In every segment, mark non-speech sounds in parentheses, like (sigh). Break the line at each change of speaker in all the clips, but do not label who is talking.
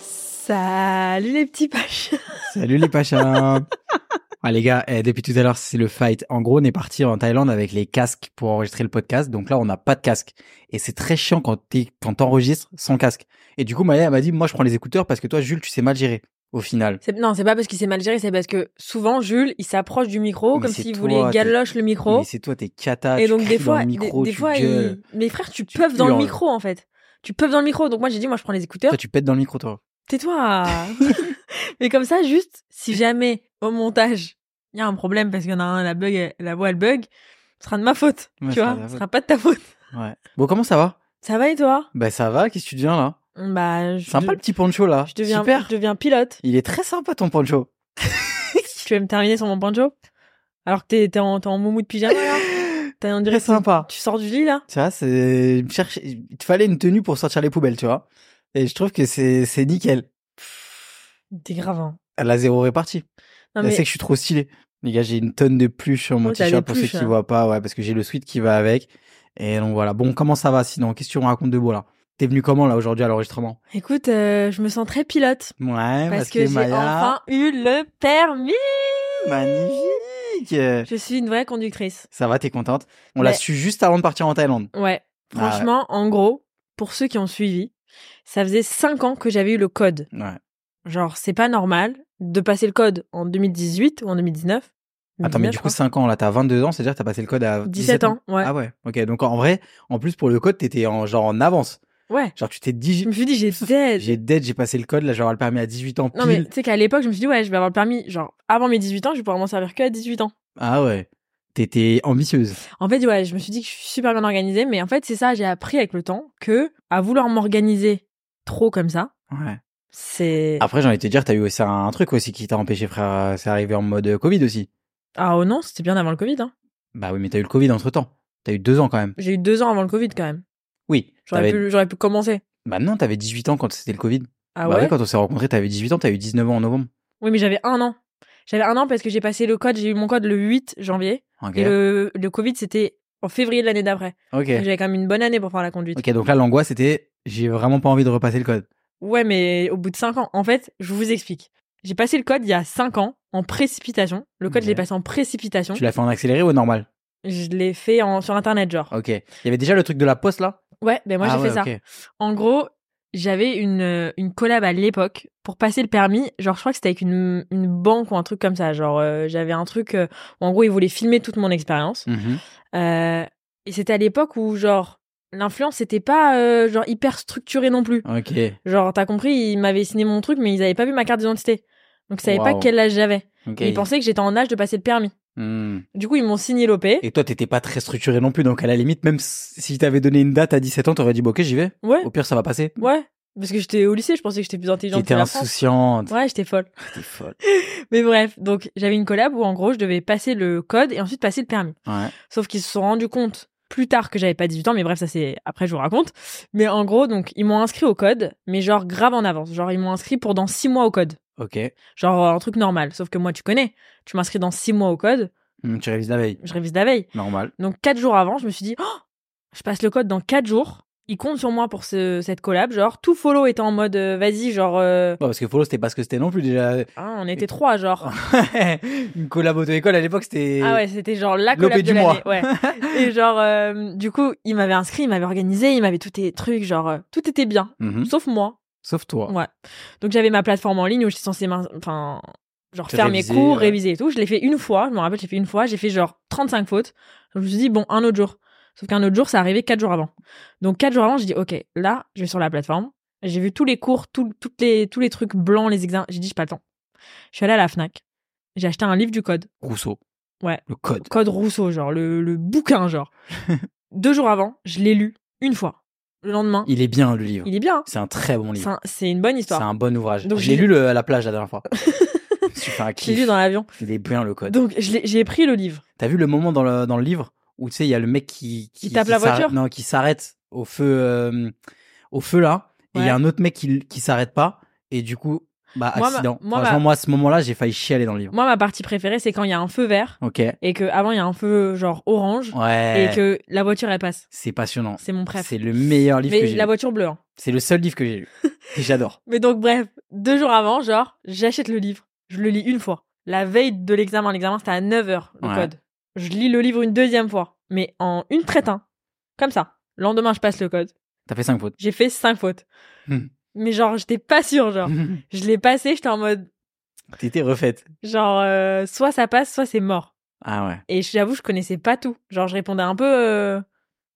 Salut les petits pachas
Salut les Pachas Ah les gars, eh, depuis tout à l'heure c'est le fight. En gros on est parti en Thaïlande avec les casques pour enregistrer le podcast, donc là on n'a pas de casque. Et c'est très chiant quand t'es- quand t'enregistres sans casque. Et du coup Maya elle m'a dit moi je prends les écouteurs parce que toi Jules tu sais mal gérer au final.
(laughs) C'est- Non, c'est pas parce qu'il s'est mal géré, c'est parce que souvent, Jules, il s'approche du micro
Mais
comme
c'est
s'il
toi,
voulait
t'es-
galoche le micro.
Mais c'est toi t'es cata,
Et
tu
donc,
cries
des fois,
dans le
des-
micro,
des,
tu
fois,
gueules.
il... mes frères, tu peuvent dans le
hurles.
micro, en fait. Tu peuvent dans le micro. Donc, moi, j'ai dit, moi, je prends les écouteurs.
Toi tu pètes dans le micro toi.
Tais-toi
(laughs)
(laughs) Mais comme ça, juste, si jamais, au montage, il y a un problème parce qu'il y en a un, la, bug, elle- la voix, elle bug, ce sera de ma faute.
Ouais,
tu
ce sera
vois,
de la
ce sera pas de ta faute.
Ouais. Bon comment ça va
Ça va et toi
Bah ça va, qu'est-ce que tu deviens là
Bah, je,
Sympa
de-
le petit poncho là.
je deviens,
Super.
je deviens pilote.
Il est très sympa ton poncho.
(laughs) tu veux me terminer sur mon banjo Alors que t'es, t'es en, t'es en moumou de pyjama, là T'as on dirait
Très
que
sympa.
Tu sors du lit là
Tu vois, c'est me chercher- il te fallait une tenue pour sortir les poubelles, tu vois. Et je trouve que c'est c'est nickel.
T'es grave. hein.
Elle a zéro répartie.
Non,
Elle
mais
sait que je suis trop stylé. Les gars, j'ai une tonne de pluches sur mon
Oh, t'as des
t-shirt pour ceux
pluches,
qui
hein.
voient pas, ouais, parce que j'ai le sweat qui va avec. Et donc voilà. Bon, comment ça va sinon Qu'est-ce que tu me racontes de beau là T'es venu comment là aujourd'hui à l'enregistrement
écoute, euh, je me sens très pilote.
Ouais,
Parce, que, j'ai enfin eu le permis
magnifique.
Je suis une vraie conductrice.
Ça va, t'es contente On l'a
Mais-
su juste avant de partir en Thaïlande.
Ouais.
Ah
Franchement, en gros, pour ceux qui ont suivi, ça faisait 5 ans que j'avais eu le code.
Ouais.
Genre, c'est pas normal de passer le code en 2018 ou en 2019.
Attends, mais
2019,
du
je
coup,
crois.
5 ans, là, t'as 22 ans, c'est-à-dire que t'as passé le code à 17,
17 hein. ans, ouais.
Ah ouais, ok. Donc en vrai, en plus pour le code, t'étais en, genre en avance.
Ouais.
Genre tu t'es dit,
Je me suis dit,
(laughs)
j'étais
j'ai dead, j'ai passé le code, là, j'aurai le permis à 18 ans pile.
Non, mais tu sais qu'à l'époque, je me suis dit, ouais, je vais avoir le permis. Genre, avant mes 18 ans, je vais pouvoir m'en servir que à 18 ans.
Ah ouais, t'étais ambitieuse.
En fait, ouais, je me suis dit que je suis super bien organisée, mais en fait, c'est ça, j'ai appris avec le temps que à vouloir m'organiser trop comme ça,
Ouais.
c'est. Ah,
Après, j'ai envie de te dire, t'as eu aussi un, un truc aussi qui t'a empêché, frère, euh, c'est arrivé en mode euh, Covid aussi.
oh non, c'était bien avant le Covid. Hein.
Bah oui, mais t'as eu le Covid entre temps. T'as eu 2 ans quand même.
J'ai eu deux ans avant le Covid quand même.
Oui.
J'aurais
t'avais-
pu, j'aurais pu commencer.
Bah non, t'avais 18 ans quand c'était le Covid.
Ah
bah
ouais
ouais, quand on s'est rencontrés, t'avais 18 ans, t'as eu 19 ans en novembre.
Oui, mais j'avais un an. J'avais un an parce que j'ai passé le code, j'ai eu mon code le 8 janvier.
Ok.
Et le, le Covid, c'était en février de l'année d'après. Donc,
Ok.
J'avais quand même une bonne année pour faire la conduite.
Ok, donc là, l'angoisse, c'était, j'ai vraiment pas envie de repasser le code.
Ouais, mais au bout de 5 ans. En fait, je vous explique. J'ai passé le code il y a 5 ans en précipitation. Le code,
Ok.
je l'ai passé en précipitation.
Tu l'as fait en accéléré ou au normal
Je l'ai fait en, sur internet, genre.
Ok. Il y avait déjà le truc de la poste là
Ouais, ben moi
Ah
j'ai
ouais,
fait ça.
ok.
En gros, j'avais une, euh, une collab à l'époque pour passer le permis. Genre, je crois que c'était avec une, une banque ou un truc comme ça. Genre, euh, j'avais un truc euh, où en gros, ils voulaient filmer toute mon expérience.
Mhm.
Euh, et c'était à l'époque où, genre, l'influence, c'était pas euh, genre hyper structuré non plus.
Ok.
Genre, t'as compris, ils m'avaient signé mon truc, mais ils avaient pas vu ma carte d'identité. Donc, ils savaient pas
Waouh.
quel âge j'avais.
Ok.
Et Ils pensaient que j'étais en âge de passer le permis.
Hmm.
Du coup, ils m'ont signé l'OP.
Et toi, t'étais pas très structuré non plus, donc à la limite, même si t'avais donné une date à 17 ans, t'aurais dit, bon, ok, j'y vais.
Ouais,
Au pire, ça va passer.
ouais. Parce que j'étais au lycée, je pensais que j'étais plus intelligente que
T'étais
la France.
insouciante.
Ouais, j'étais folle.
T'étais folle.
Mais bref, donc j'avais une collab où en gros, je devais passer le code et ensuite passer le permis.
Ouais.
Sauf qu'ils se sont rendus compte plus tard que j'avais pas 18 ans, mais bref, ça c'est après je vous raconte. Mais en gros, donc ils m'ont inscrit au code, mais genre grave en avance. Genre ils m'ont inscrit pour dans 6 mois au code.
Ok.
Genre un truc normal, sauf que moi tu connais, tu m'inscris dans 6 mois au code,
Hmm, tu révises la veille.
je révise la veille.
Normal.
Donc 4 jours avant, je me suis dit Oh, je passe le code dans 4 jours. Ils comptent sur moi pour ce- cette collab, genre tout follow était en mode euh, vas-y, genre euh,
Bon, parce que follow, c'était pas ce que c'était non plus déjà. (laughs)
hein, on était trois genre.
une collab auto-école à l'époque, c'était.
Ah ouais, c'était genre la
L'OP
collab
du
de
mois.
l'année. Ouais. Et genre, euh, du coup, il m'avait inscrit, il m'avait organisé, il m'avait tous tes trucs, genre, euh, tout était bien,
Mhm.
sauf moi.
Sauf toi.
Ouais. Donc j'avais ma plateforme en ligne où j'étais censée, m'in- enfin, genre
Te
faire
réviser,
mes cours,
ouais.
réviser et tout. Je l'ai fait une fois, je me rappelle, j'ai fait une fois, j'ai fait genre 35 fautes. Donc, je me suis dit, bon, un autre jour. Sauf qu'un autre jour, ça arrivait quatre jours avant. Donc quatre jours avant, j'ai dit, ok, là, je vais sur la plateforme. J'ai vu tous les cours, tout- toutes les, tous les trucs blancs, les examens. J'ai dit, j'ai pas le temps. Je suis allée à la FNAC. J'ai acheté un livre du code.
Rousseau.
Ouais.
Le code.
Code Rousseau, genre, le, le bouquin,
(laughs)
genre. Deux jours avant, je l'ai lu une fois. Le lendemain,
Il est bien, le livre.
il est bien. hein.
C'est un très bon
C'est
livre.
un- C'est une bonne
C'est
histoire.
un bon ouvrage.
Donc,
je l'ai
j'ai-
lu le- à la plage la
(laughs)
dernière fois. Je me suis fait un
Je l'ai
kiff.
lu dans l'avion.
Il est bien, le code.
Donc, je l'ai- j'ai pris le livre.
T'as vu le moment dans le, dans le livre où tu sais, il y a le mec qui,
Qui tape la
s'arrête-
voiture
Non, qui s'arrête au feu, euh, au feu là. Et il y
Ouais.
a un autre mec qui, qui s'arrête pas. Et du coup, bah,
Moi, ma-
accident.
moi,
Franchement,
ma-
moi, à ce moment-là, j'ai failli chialer dans le livre.
Moi, ma partie préférée, c'est quand il y a un feu vert
Ok.
et qu'avant, il y a un feu, genre, orange
Ouais.
et que la voiture, elle passe.
C'est passionnant.
C'est mon préf.
C'est le meilleur livre que
Mais
j'ai
la
lu.
voiture bleue. hein.
C'est le seul livre que
(laughs)
j'ai lu. Et J'adore.
Mais donc, bref, deux jours avant, genre, j'achète le livre. Je le lis une fois. La veille de l'examen, l'examen, c'était à 9h, le
Ouais.
code. Je lis le livre une deuxième fois, mais en une traite, hein. Comme ça. Lendemain, je passe le code.
T'as fait 5 fautes.
J'ai fait cinq fautes.
Hmm.
Mais genre, j'étais pas sûre, genre. Je l'ai passé, j'étais en mode,
(laughs) T'étais refaite.
genre, euh, soit ça passe, soit c'est mort.
Ah ouais.
Et j'avoue, je connaissais pas tout. Genre, je répondais un peu euh,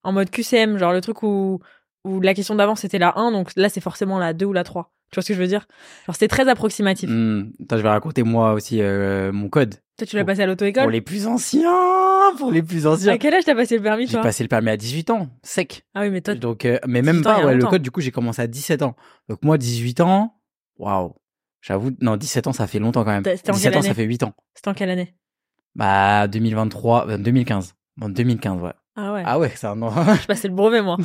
en mode QCM, genre le truc où, où la question d'avant c'était la 1, donc là c'est forcément la 2 ou la 3. Tu vois ce que je veux dire Genre, c'était très approximatif.
Hmm. Attends, je vais raconter moi aussi euh, mon code.
Toi, tu l'as
Pour-
passé à
Pour
l'auto-école
les plus anciens, pour les plus anciens.
À quel âge t'as passé le permis,
J'ai
toi
passé le permis à 18 ans, sec.
Ah oui, mais toi,
Donc, euh, mais même
18 ans, il y
pas,
a
ouais, le
longtemps.
code, du coup, j'ai commencé à 17 ans. Donc, moi, 18 ans, waouh. J'avoue, non, 17 ans, ça fait longtemps quand même.
T'as- c'était en
17
quelle
ans, ça
année
fait 8 ans.
c'était en quelle année
Bah, 2023, euh, 2015. Bon, 2015, ouais.
Ah ouais,
Ah ouais, c'est un an. (laughs)
je passais le brevet, moi.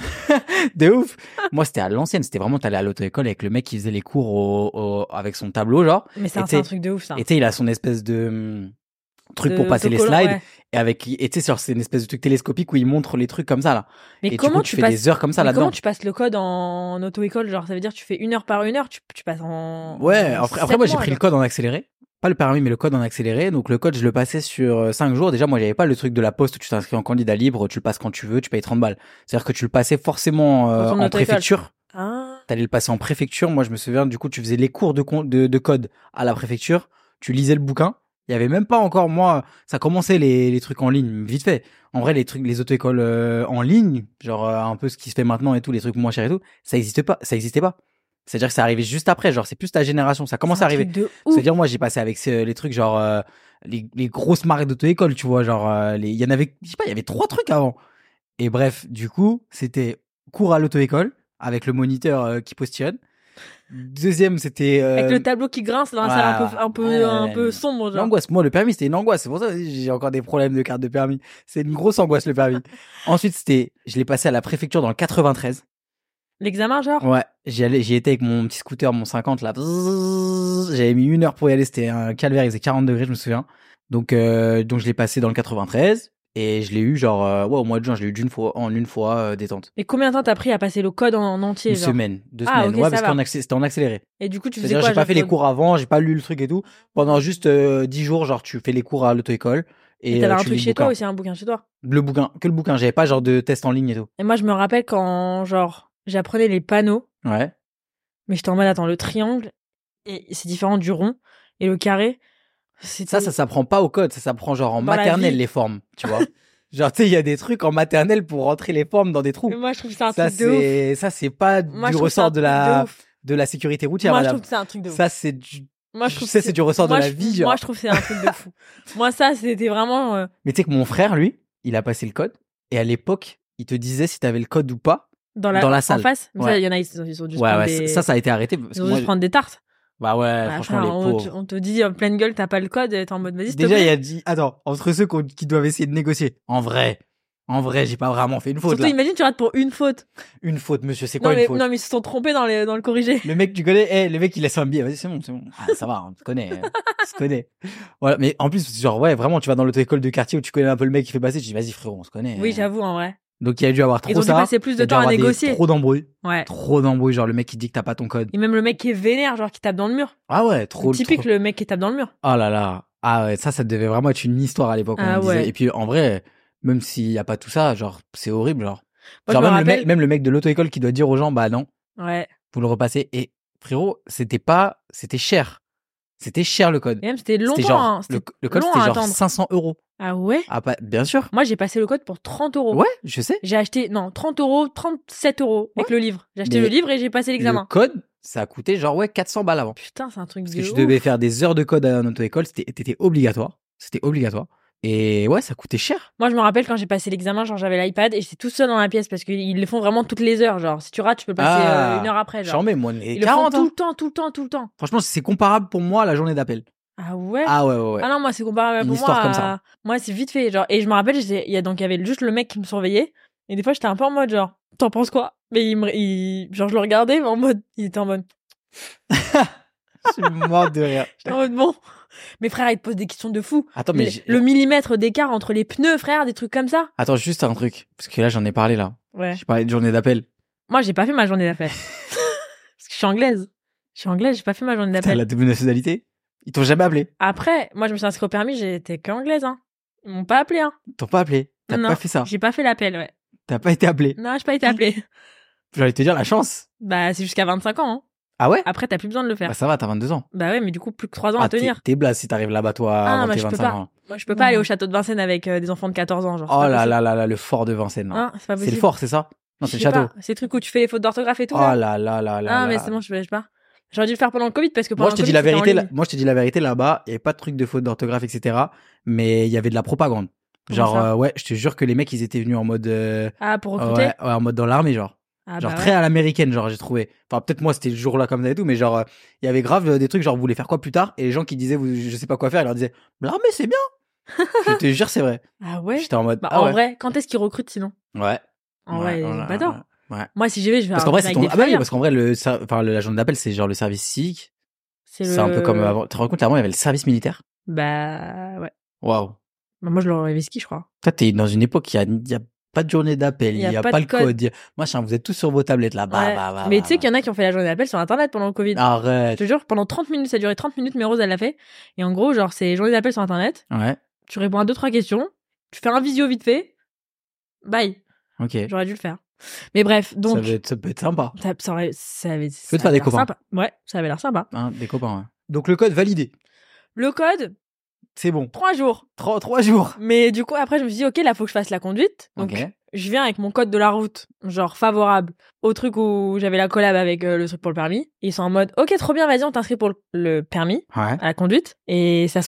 de ouf. moi, c'était à l'ancienne. C'était vraiment, t'allais à l'auto-école avec le mec qui faisait les cours au- au- avec son tableau, genre.
Mais c'est
Et
un, c'est un
t'es-
truc de ouf, ça.
Et tu sais, il a son espèce de hum, truc
Ah. De-
pour passer les
d'autocollant,
slides.
ouais.
Et avec, et tu sais, genre, c'est une espèce de truc télescopique où il montre les trucs comme ça, là.
Mais
et
comment
du coup,
tu
fais
passes
des heures comme ça
mais
là-dedans.
comment tu passes le code en auto-école Genre, ça veut dire tu fais une heure par une heure, tu, tu passes en.
Ouais,
en Euh,
après,
sept
après moi j'ai
mois,
pris le
genre.
code en accéléré. Pas le permis, mais le code en accéléré. Donc le code, je le passais sur 5 jours. Déjà, moi, j'avais pas le truc de la poste où tu t'inscris en candidat libre, tu le passes quand tu veux, tu payes 30 balles. C'est-à-dire que tu le passais forcément euh,
Dans ton
en
auto-école.
préfecture.
Ah,
T'allais le passer en préfecture. Moi, je me souviens, du coup, tu faisais les cours de, con- de, de code à la préfecture. Tu lisais le bouquin. Il y avait même pas encore, moi, ça commençait les, les trucs en ligne, vite fait. En vrai, les trucs, les auto-écoles euh, en ligne, genre euh, un peu ce qui se fait maintenant et tout, les trucs moins chers et tout, ça existait pas, ça existait pas. C'est-à-dire que ça arrivait juste après, genre c'est plus ta génération, ça commence
c'est
à
un
arriver.
truc de ouf.
C'est-à-dire moi j'ai passé avec ce- les trucs genre euh, les, les grosses marques d'auto-école, tu vois, genre euh, les- il y en avait, je sais pas, il y avait trois trucs avant. Et bref, du coup, c'était cours à l'auto-école avec le moniteur euh, qui postillonne. Deuxième, c'était euh,
Avec le tableau qui grince dans la
ouais,
salle un peu, un peu,
ouais,
un
ouais,
peu
mais-
sombre. Genre.
L'angoisse, moi le permis c'était une angoisse, c'est pour ça que j'ai encore des problèmes de carte de permis. C'est une grosse angoisse
(laughs)
le permis. Ensuite c'était, je l'ai passé à la préfecture dans le 93.
L'examen, genre
Ouais, j'y allais, j'y étais avec mon petit scooter, mon 50 là. Bzzz. J'avais mis une heure pour y aller, c'était un calvaire, il faisait 40 degrés, je me souviens. Donc, euh, donc je l'ai passé dans le 93 et je l'ai eu genre, euh, ouais, au mois de juin, je l'ai eu d'une fois, en une fois euh, détente.
Et combien de temps t'as pris à passer le code en, en entier
Une
genre
semaine, deux
Ah,
semaines.
ok,
ouais,
ça
parce
va.
qu'on accé- c'était en accéléré.
Et du coup, tu faisais
C'est-à-dire,
quoi
j'ai pas fait les
genre,
cours avant, j'ai pas lu le truc et tout. Pendant juste euh, 10 jours, genre, tu fais les cours à l'auto-école et,
Et t'avais
euh,
un
tu lis
truc
le
chez toi
bouquin.
aussi, un bouquin chez toi.
Le bouquin, que le bouquin, j'avais pas genre de test en ligne et tout.
Et moi, je me rappelle quand, genre, j'apprenais les panneaux,
Ouais.
mais j'étais en mode, attends, le triangle, et c'est différent du rond, et le carré, c'est
Ça, ça s'apprend pas au code, ça s'apprend genre en
Dans la
maternelle
vie.
les formes, tu
(laughs)
vois. genre, tu sais, il y a des trucs en maternelle pour rentrer les formes dans des trous.
Mais moi, je trouve que c'est un
Ça,
truc de ouf.
c'est, ça, c'est pas
Moi,
du
je trouve que c'est un
ressort de
truc
la,
de ouf.
de la sécurité routière,
Moi, je
madame.
trouve que c'est un truc de ouf.
Ça, c'est du,
Moi,
je
je trouve que
sais, c'est du ressort de
moi,
la
je-
vie, genre.
Moi, je trouve que c'est un truc de fou. Moi, ça, c'était vraiment. euh,
mais tu sais que mon frère, lui, il a passé le code et à l'époque, il te disait si t'avais le code ou pas.
Dans la,
Dans la
en
salle.
face, mais ça,
Ouais.
il y en a, ils ont ils ont dû se
ouais,
prendre
ouais,
des-
ça, ça a été arrêté. parce
ils
que
ont dû
moi,
se prendre des tartes.
Bah ouais,
Bah,
franchement,
frère,
les
on,
pauvres.
te- on te dit en pleine gueule, t'as pas le code, t'es en mode vas-y, s'il te
Déjà, il
plaît.
a dit, attends, entre ceux qu'on- qui doivent essayer de négocier. En vrai, en vrai, j'ai pas vraiment fait une faute,
Surtout,
là.
imagine, tu rates pour une faute.
Une faute, monsieur, c'est
Non
quoi une
mais,
faute?
non, mais ils se sont trompés dans, les, dans le corrigé.
Le mec, tu connais, eh, le mec, il laisse un billet. Vas-y, c'est bon, c'est bon. Ah, ça va, on te connaît. hein. On se connaît. Voilà. Mais en plus, genre, ouais, vraiment, tu vas dans l'auto-école de quartier où tu connais un peu le mec qui fait passer. Tu dis, vas-y, frérot, on se connaît. hein.
Oui, j'avoue, en vrai.
Donc, il a dû avoir Eh. trop
Ils ont dû
ça.
passer plus
Il
de
a dû
temps à
avoir des-
négocier.
Trop d'embrouilles.
Ouais.
Trop d'embrouilles. Genre, le mec, qui dit que t'as pas ton code.
Et même le mec qui est vénère, genre qui tape dans le mur.
Ah ouais,
C'est
trop
typique
trop-
le mec qui tape dans le mur.
Oh là là. Ah ouais, ça, ça devait vraiment être une histoire à l'époque. on
Ah
me disait.
ouais.
Et puis, en vrai, même s'il y a pas tout ça, genre, c'est horrible, genre.
Moi, je
genre,
me
même, le mec,
rappelle-
même le mec de l'auto-école qui doit dire aux gens, bah non,
Ouais.
vous le repassez. Et frérot, c'était pas, c'était cher. C'était cher le code.
Et même c'était longtemps.
C'était genre,
hein.
le,
C'était-
le code
long
c'était
à
genre
attendre.
500 euros.
Ah ouais
Ah, pas, bien sûr.
Moi j'ai passé le code pour 30 euros.
Ouais, je sais.
J'ai acheté, non, 30 euros, 37 euros avec le livre. J'ai acheté
Mais
le livre et j'ai passé
Le
l'examen.
code, ça a coûté genre ouais 400 balles avant.
Putain, c'est un truc
Parce
de
que je
ouf.
devais faire des heures de code à notre école, c'était c'était obligatoire. C'était obligatoire. Et ouais, ça coûtait cher.
Moi, je me rappelle quand j'ai passé l'examen, genre j'avais l'iPad et j'étais tout seul dans la pièce parce qu'ils le font vraiment toutes les heures. Genre, si tu rates, tu peux le passer
Ah,
euh, une heure après. Genre.
J'en mets, hein. moi, les
Ils le font
40
tout
ans.
le temps, tout le temps, tout le temps.
Franchement, c'est comparable pour moi à la journée d'appel.
Ah ouais.
Ah ouais,
(laughs)
ouais, ouais.
Ah non, moi, c'est comparable
Une
pour
histoire
moi.
comme ça.
à- Moi, c'est vite fait. Genre, et je me rappelle, j'étais- il y a donc, il y avait juste le mec qui me surveillait. Et des fois, j'étais un peu en mode, genre, t'en penses quoi? Mais il me, il- genre, je le regardais, mais en mode, il était en mode,
Je suis mort de rire.
j'étais en mode bon. Mes frères, ils te posent des questions de fou.
Attends, mais
Le-
j'ai-
le millimètre d'écart entre les pneus, frère, des trucs comme ça.
attends, juste un truc. Parce que là, j'en ai parlé, là.
Ouais.
J'ai parlé de journée d'appel.
Moi, j'ai pas fait ma journée
(laughs)
d'appel. Parce que je suis anglaise. Je suis anglaise, j'ai pas fait ma journée
T'as
d'appel.
la double nationalité. Ils t'ont jamais appelé.
Après, moi, je me suis inscrite au permis, j'étais qu'anglaise, hein. Ils m'ont pas appelé, hein.
Ils t'ont pas appelé. T'as
Non.
pas fait ça.
J'ai pas fait l'appel, ouais.
T'as pas été appelé.
Non, j'ai pas été
(laughs)
appelée.
J'allais te dire la chance.
bah, c'est jusqu'à 25 ans, hein.
Ah ouais
Après, t'as plus besoin de le faire.
Bah ça va, t'as 22 ans.
Bah ouais, mais du coup, plus que 3 ans
ah,
à
t'es-
tenir.
T'es blaze si t'arrives là-bas, toi,
Ah,
avant
bah,
tes
je peux
25
pas.
ans.
Moi, je peux pas aller au château de Vincennes avec euh, des enfants de 14 ans, genre.
Oh
c'est pas
là
possible.
là là là, le fort de Vincennes. là.
Hein, c'est pas
c'est le
possible.
fort, c'est ça Non,
Je
c'est le
sais pas,
château.
C'est le truc où tu fais les fautes d'orthographe et tout.
Oh
là.
là là là là.
ah, mais
là.
c'est bon, je vais je vais pas. J'aurais dû le faire pendant le Covid parce que pendant
Moi, je
le
te dis
Covid,
la
c'était en
vérité.
ligne.
là- Moi, je te dis la vérité là-bas. Il y avait pas de truc de faute d'orthographe, etc. Mais il y avait de la propagande.
Comment
Genre,
ça
euh, ouais, je te jure que les mecs, ils étaient venus en mode, euh,
Ah, pour
ouais,
recruter
ouais, en mode dans l'armée, genre,
Ah,
genre
bah
très à l'américaine, genre j'ai trouvé. Enfin, peut-être moi, c'était le jour-là comme ça et tout, mais genre, euh, il y avait grave euh, des trucs genre, vous voulez faire quoi plus tard Et les gens qui disaient, vous, je sais pas quoi faire, ils leur disaient, l'armée,
(laughs)
c'est bien. je te jure, c'est vrai.
ouais. Ah ouais
J'étais en mode,
Bah,
ah
en
ouais.
vrai, quand est-ce qu'ils recrutent sinon
Ouais.
En vrai,
Ouais, voilà,
bah non.
ouais.
Moi, si j'y vais, je vais
Parce qu'en vrai, c'est
avec
ton.
des
Ah bah oui,
flyers.
parce qu'en vrai, le, ser- enfin, le- la journée d'appel, c'est genre le service civique.
C'est
C'est un
le-
peu comme avant. Tu te rends compte, avant, il y avait le service militaire.
Bah ouais.
Waouh.
Bah, moi, je leur avais ski, je crois.
Toi, t'es dans une époque, il n'y a, pas de journée d'appel, il n'y a, pas,
de
le code. il y a- Machin, vous êtes tous sur vos tablettes là. Bah,
Ouais.
bah, bah,
mais
bah,
tu sais
bah. Ah,
qu'il y en a qui ont fait la journée d'appel sur Internet pendant le Covid. Je
Arrête.
te jure, pendant 30 minutes, ça a duré 30 minutes, mais Rose, elle l'a fait. Et en gros, genre, c'est journée d'appel sur Internet.
Ouais,
Tu réponds à deux, trois questions. Tu fais un visio vite fait. Bye.
ok.
J'aurais dû le faire. Mais bref,
ça,
donc.
peut être, ça peut être sympa.
Ça, ça aurait- ça avait. ça
peux te faire
avait
des
l'air
copains.
sympa. Ouais, ça avait l'air sympa.
Hein, des copains, ouais. Donc le code validé,
Le code,
c'est bon.
trois jours.
Trois, trois jours.
Mais du coup, après, je me suis dit, ok, là, faut que je fasse la conduite. Donc,
Ok.
je viens avec mon code de la route, genre favorable au truc où j'avais la collab avec euh, le truc pour le permis. Ils sont en mode, ok, trop bien, vas-y, on t'inscrit pour le- le permis,
Ouais.
à la conduite. Et ça se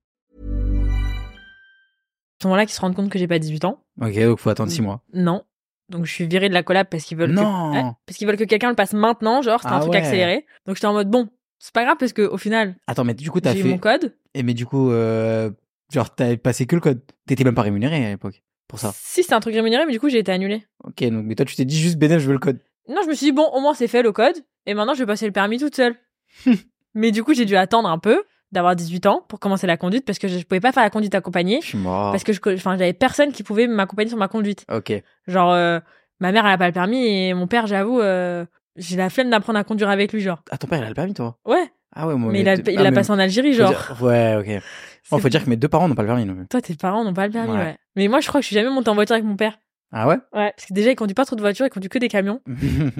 ce moment-là qu'ils se rendent compte que j'ai pas 18 ans.
Ok, donc faut attendre six mois.
Non. Donc je suis virée de la collab parce qu'ils veulent
Non.
que Ouais, parce qu'ils veulent que quelqu'un le passe maintenant, genre c'est un
Ah
truc
ouais.
accéléré. Donc j'étais en mode bon, c'est pas grave parce que au final
Attends, mais du coup, t'as
j'ai eu
fait.
mon code.
Et mais du coup, euh, genre, t'as passé que le code. T'étais même pas rémunéré à l'époque pour ça.
Si c'était un truc rémunéré, mais du coup j'ai été annulée.
Ok, donc, mais toi, tu t'es dit juste bénéf, je veux le code.
Non, je me suis dit bon, au moins c'est fait le code et maintenant je vais passer le permis toute
(laughs)
seule. mais du coup j'ai dû attendre un peu d'avoir 18 ans pour commencer la conduite parce que je je pouvais pas faire la conduite accompagnée
Je suis mort.
parce que je co- enfin j'avais personne qui pouvait m'accompagner sur ma conduite.
Ok.
Genre euh, ma mère elle a pas le permis et mon père j'avoue euh, j'ai la flemme d'apprendre à conduire avec lui genre.
Ah, ton père, il a le permis, toi
Ouais.
Ah ouais, moi.
Mais il l'a
ah,
il l'a
mais-
passé en Algérie,
Faut
genre.
dire- Ouais, ok. Bon,
C'est-
faut dire que mes deux parents n'ont pas le permis non plus.
Toi, tes parents n'ont pas le permis,
Ouais.
ouais. Mais moi, je crois que je suis jamais montée en voiture avec mon père. (laughs)
Ah ouais (laughs)
Ouais. Parce que déjà, il conduit pas trop de voitures, il conduit que des camions.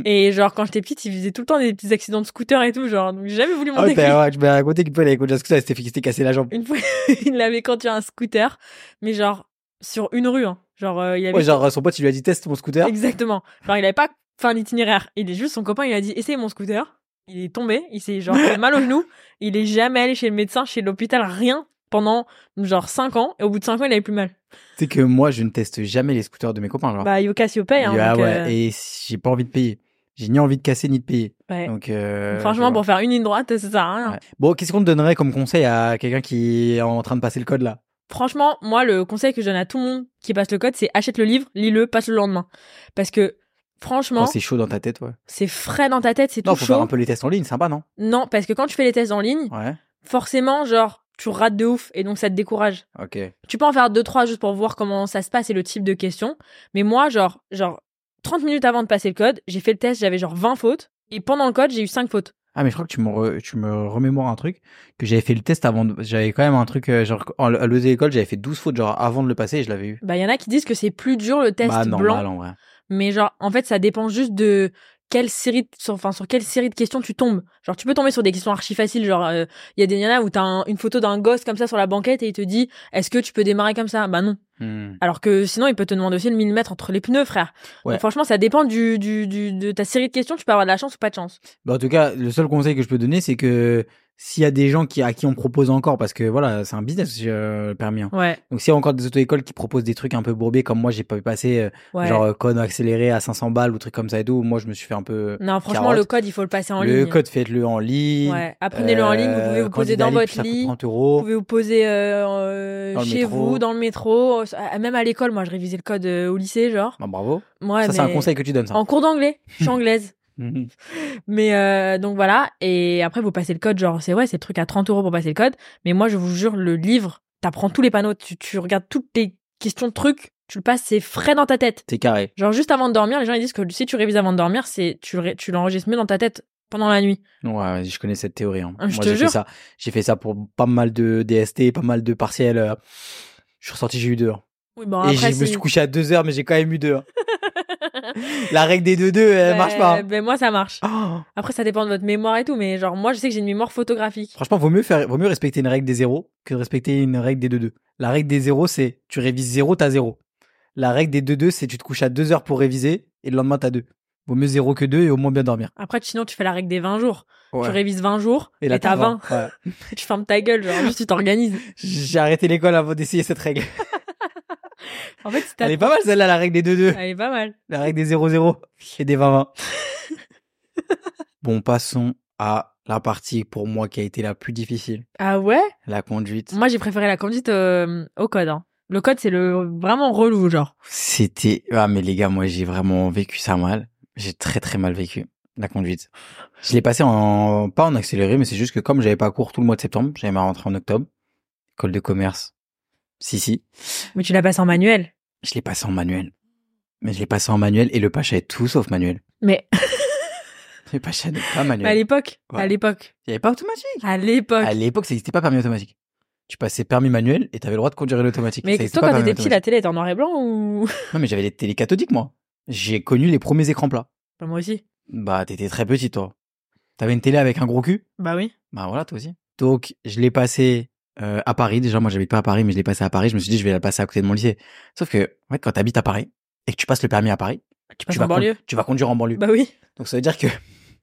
Et genre, quand j'étais petite, il faisait tout le temps des petits accidents de scooter et tout, genre. Donc, j'ai jamais voulu
Ah
monter
ouais,
avec lui.
t'as- ouais, tu m'as raconté qu'il fallait écouter parce que ça, c'était c'était cassé la jambe.
Une fois, (laughs) il avait conduit un scooter, mais genre, sur une rue, hein. Genre, euh, il avait.
Ouais, genre son pote, il lui a dit teste mon scooter.
Exactement. Genre, il avait pas fait un itinéraire. Il est juste, son copain, il lui a dit, essaye mon scooter. Il est tombé, il s'est genre fait mal au genou. Il est jamais allé chez le médecin, chez l'hôpital, rien pendant genre 5 ans. Et au bout de 5 ans, il avait plus mal.
C'est que moi, je ne teste jamais les scooters de mes copains. Genre.
Bah, you casse, you pay, hein.
Ah
donc,
ouais,
euh,
et j'ai pas envie de payer. J'ai ni envie de casser ni de payer.
ouais.
Donc, euh,
Franchement,
je-
pour faire une ligne droite, ça hein. sert à rien.
Ouais. Bon, qu'est-ce qu'on te donnerait comme conseil à quelqu'un qui est en train de passer le code là
Franchement, moi, le conseil que je donne à tout le monde qui passe le code, c'est achète le livre, lis-le, passe le lendemain. Parce que, franchement,
Quand Oh, c'est chaud dans ta tête, ouais.
c'est frais dans ta tête, c'est
Non,
tout
faut faire
chaud.
un peu les tests en ligne, sympa, non
Non, parce que quand tu fais les tests en ligne,
Ouais.
forcément, genre, tu rates de ouf et donc ça te décourage.
Ok.
Tu peux en faire deux, trois juste pour voir comment ça se passe et le type de questions. Mais moi, genre, genre, 30 minutes avant de passer le code, j'ai fait le test, j'avais genre 20 fautes. Et pendant le code, j'ai eu 5 fautes.
Ah, mais je crois que tu me, re- tu me remémores un truc, que j'avais fait le test avant de, j'avais quand même un truc, euh, genre, en, à l'école, j'avais fait 12 fautes, genre, avant de le passer et je l'avais eu.
Bah, il y en a qui disent que c'est plus dur le test
bah,
blanc.
normal, en vrai.
Mais genre, en fait, ça dépend juste de quelle série, de- sur, enfin, sur quelle série de questions tu tombes. Genre, tu peux tomber sur des questions archi faciles. Genre, il y a des nanas où t'as un- une photo d'un gosse comme ça sur la banquette et il te dit, est-ce que tu peux démarrer comme ça? Bah non.
Hmm.
Alors que sinon, il peut te demander aussi le 1000 mètres entre les pneus, frère.
Ouais.
Donc, franchement, ça dépend du, du, du- de ta série de questions. Tu peux avoir de la chance ou pas de chance.
Bah, en tout cas, le seul conseil que je peux donner, c'est que s'il y a des gens qui, à qui on propose encore, parce que voilà, c'est un business, euh, le permis. hein.
Ouais.
Donc, s'il y a encore des auto-écoles qui proposent des trucs un peu bourbés, comme moi, j'ai pas pu passer, euh,
Ouais.
genre, euh, code accéléré à 500 balles ou trucs comme ça et tout, moi, je me suis fait un peu.
non, franchement,
carotte.
le code, il faut le passer en
le
ligne.
code, faites-le en ligne. Euh,
Ouais. Apprenez-le en ligne. Vous pouvez vous poser dans votre lit.
Vous
Vous pouvez vous poser euh, euh,
Dans le
chez
métro.
vous, dans le métro, euh, à- même à l'école. Moi, je révisais le code euh, au lycée, genre.
Bah, bravo.
Moi,
ça, c'est un
mais-
conseil que tu donnes, ça. Mhm.
En cours d'anglais.
(laughs)
Je suis anglaise. Mais euh, donc voilà. Et après, vous passez le code. Genre, c'est ouais, c'est le truc à 30 euros pour passer le code. Mais moi, je vous jure, le livre, t'apprends tous les panneaux, tu, tu regardes toutes les questions de trucs, tu le passes, c'est frais dans ta tête.
C'est carré.
Genre, juste avant de dormir, les gens ils disent que si tu révises avant de dormir, c'est tu, le ré- tu l'enregistres mieux dans ta tête pendant la nuit.
Ouais, je connais cette théorie. hein.
Ah, je
Moi,
te
j'ai fait
jure.
ça. J'ai fait ça pour pas mal de DST, pas mal de partiels. euh. Je suis ressorti, j'ai eu deux. hein.
Oui, bon,
Et je
après,
me suis couché à deux heures, mais j'ai quand même eu
(laughs)
deux. hein. La règle des deux deux, elle marche pas. hein.
Ben, moi, ça marche.
Oh.
Après, ça dépend de votre mémoire et tout, mais genre, moi, je sais que j'ai une mémoire photographique.
Franchement, vaut mieux faire, vaut mieux respecter une règle des zéros que de respecter une règle des deux deux. La règle des zéros, c'est tu révises zéro, t'as zéro. La règle des deux deux, c'est tu te couches à deux heures pour réviser et le lendemain t'as deux. Vaut mieux zéro que deux et au moins bien dormir.
Après, sinon, tu fais la règle des 20 jours.
Ouais.
Tu révises 20 jours et,
là,
t'as 20.
Ouais.
(laughs) tu fermes ta gueule, genre, juste, tu t'organises.
J'ai arrêté l'école avant d'essayer cette règle.
En fait, si t'as-
Elle est pas mal celle-là, la règle des 2-2.
Elle est pas mal.
La règle des 0-0 et des 20-20.
(laughs)
bon, passons à la partie pour moi qui a été la plus difficile,
Ah ouais
la conduite.
Moi, j'ai préféré la conduite euh, au code. hein. Le code, c'est le vraiment relou, genre.
C'était... Ah mais les gars, moi j'ai vraiment vécu ça mal. J'ai très très mal vécu la conduite. Je l'ai passé en... pas en accéléré, mais c'est juste que comme j'avais pas cours tout le mois de septembre, j'avais ma rentrée en octobre, école de commerce. Si, si.
Mais tu la passes en manuel.
Je l'ai passé en manuel. Mais je l'ai passé en manuel et le Pacha est tout sauf manuel. (laughs)
Mais,
Le Pacha n'est pas
mais à
manuel.
l'époque,
Ouais. Ah,
à l'époque,
Il n'y avait pas automatique.
à l'époque.
À l'époque, ça n'existait pas permis automatique. Tu passais permis manuel et t'avais le droit de conduire l'automatique.
Mais
Ça n'existait
toi,
pas
quand
permis
t'étais petit, la télé était en noir et blanc
(laughs)
ou
automatique. Non, mais j'avais les télé cathodiques, moi. J'ai connu les premiers écrans plats.
Bah, Moi aussi.
Bah, t'étais très petit, toi. T'avais une télé avec un gros cul.
Bah oui.
Bah, voilà, toi aussi. Donc, je l'ai passé euh, à Paris. Déjà, moi, j'habite pas à Paris, mais je l'ai passé à Paris. Je me suis dit, je vais la passer à côté de mon lycée. Sauf que, en fait, quand t'habites à Paris et que tu passes le permis à Paris,
Tu passes
tu
en
vas, con-
banlieue.
tu vas conduire en banlieue.
Bah oui.
Donc, ça veut dire que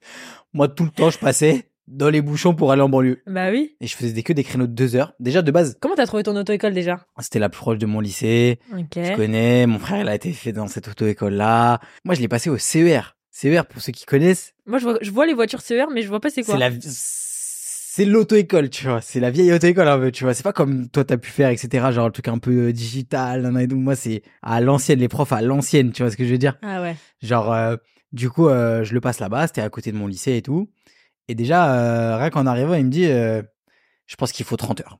(laughs) moi, tout le temps, je passais dans les bouchons pour aller en banlieue.
Bah oui.
Et je faisais des- que des créneaux de deux heures. Déjà, de base,
Comment t'as trouvé ton auto-école déjà
C'était la plus proche de mon lycée.
Ok.
Je connais. Mon frère, il a été fait dans cette auto-école-là. Moi, je l'ai passé au E CER. CER, pour ceux qui connaissent,
Moi, je vois, je vois les voitures CER, mais je vois pas c'est quoi.
c'est la, c'est l'auto-école, tu vois. C'est la vieille auto-école, un peu, tu vois. C'est pas comme toi, t'as pu faire, etc. Genre, le truc un peu euh, digital, nan, nan, et tout. Moi, c'est à l'ancienne, les profs à l'ancienne, tu vois ce que je veux dire.
Ah ouais.
Genre, euh, du coup, euh, je le passe là-bas, c'était à côté de mon lycée et tout. Et déjà, euh, rien qu'en arrivant, il me dit, euh, je pense qu'il faut 30 heures.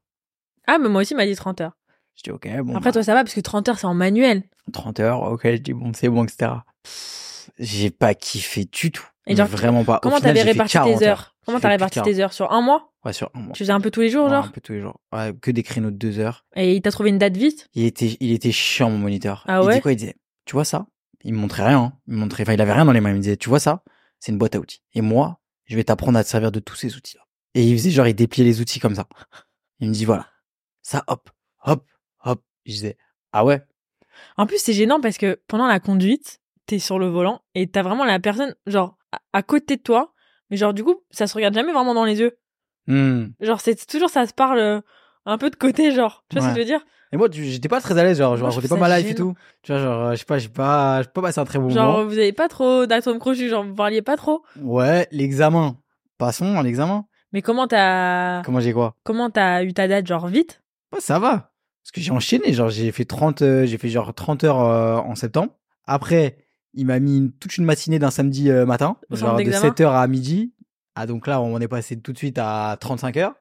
Ah, mais moi aussi, il m'a dit 30 heures.
Je dis, ok, bon.
Après,
bah,
toi, ça va parce que 30 heures, c'est en manuel.
30 heures, ok, je dis bon, c'est bon, etc. Pff, J'ai pas kiffé du tout.
Et genre,
Mais vraiment pas. Au
Comment
final,
t'avais
j'ai fait
réparti
40
tes heures Comment
J'ai fait
t'as
plus
réparti
de
tes heures Sur un mois
Ouais, sur un mois.
Tu faisais un peu tous les jours,
Ouais,
genre
un peu tous les jours. Ouais, que des créneaux de deux heures.
Et il t'a trouvé une date vite
Il était, il était chiant, mon moniteur.
Ah
il
ouais
disait quoi Il disait, tu vois ça Il me montrait rien. hein. Il me montrait, enfin, il avait rien dans les mains. Il me disait, tu vois ça C'est une boîte à outils. Et moi, je vais t'apprendre à te servir de tous ces outils-là. Et il faisait genre, il dépliait les outils comme ça. (laughs) Il me dit, voilà. Ça, hop, hop, hop. Je disais, ah ouais
En plus, c'est gênant parce que pendant la conduite, t'es sur le volant et t'as vraiment la personne, genre, à, à côté de toi. Mais genre, du coup, ça se regarde jamais vraiment dans les yeux.
Hmm.
Genre, c'est toujours, ça se parle euh, un peu de côté, genre. Tu vois ce
Ouais.
que je veux dire
Et moi, tu- j'étais pas très à l'aise, genre, je
Moi, je
racontais pas
trouve
ma
ça
life et
gênant.
tout. Tu vois, genre, euh, je sais pas, j'ai pas, j'ai pas passé un très bon
Genre, euh,
moment.
vous avez pas trop d'atomes crochus, genre, vous parliez pas trop.
Ouais, l'examen. Passons à l'examen.
Mais comment t'as,
Comment j'ai quoi
comment t'as eu ta date, genre, vite
Ouais, ça va. Parce que j'ai enchaîné, genre, j'ai fait 30, euh, j'ai fait genre 30 heures euh, en septembre. Après, il m'a mis une- toute une matinée d'un samedi euh, matin,
Au centre
genre de
d'examen
7h à midi. Ah, donc là, on est passé tout de suite à 35 heures.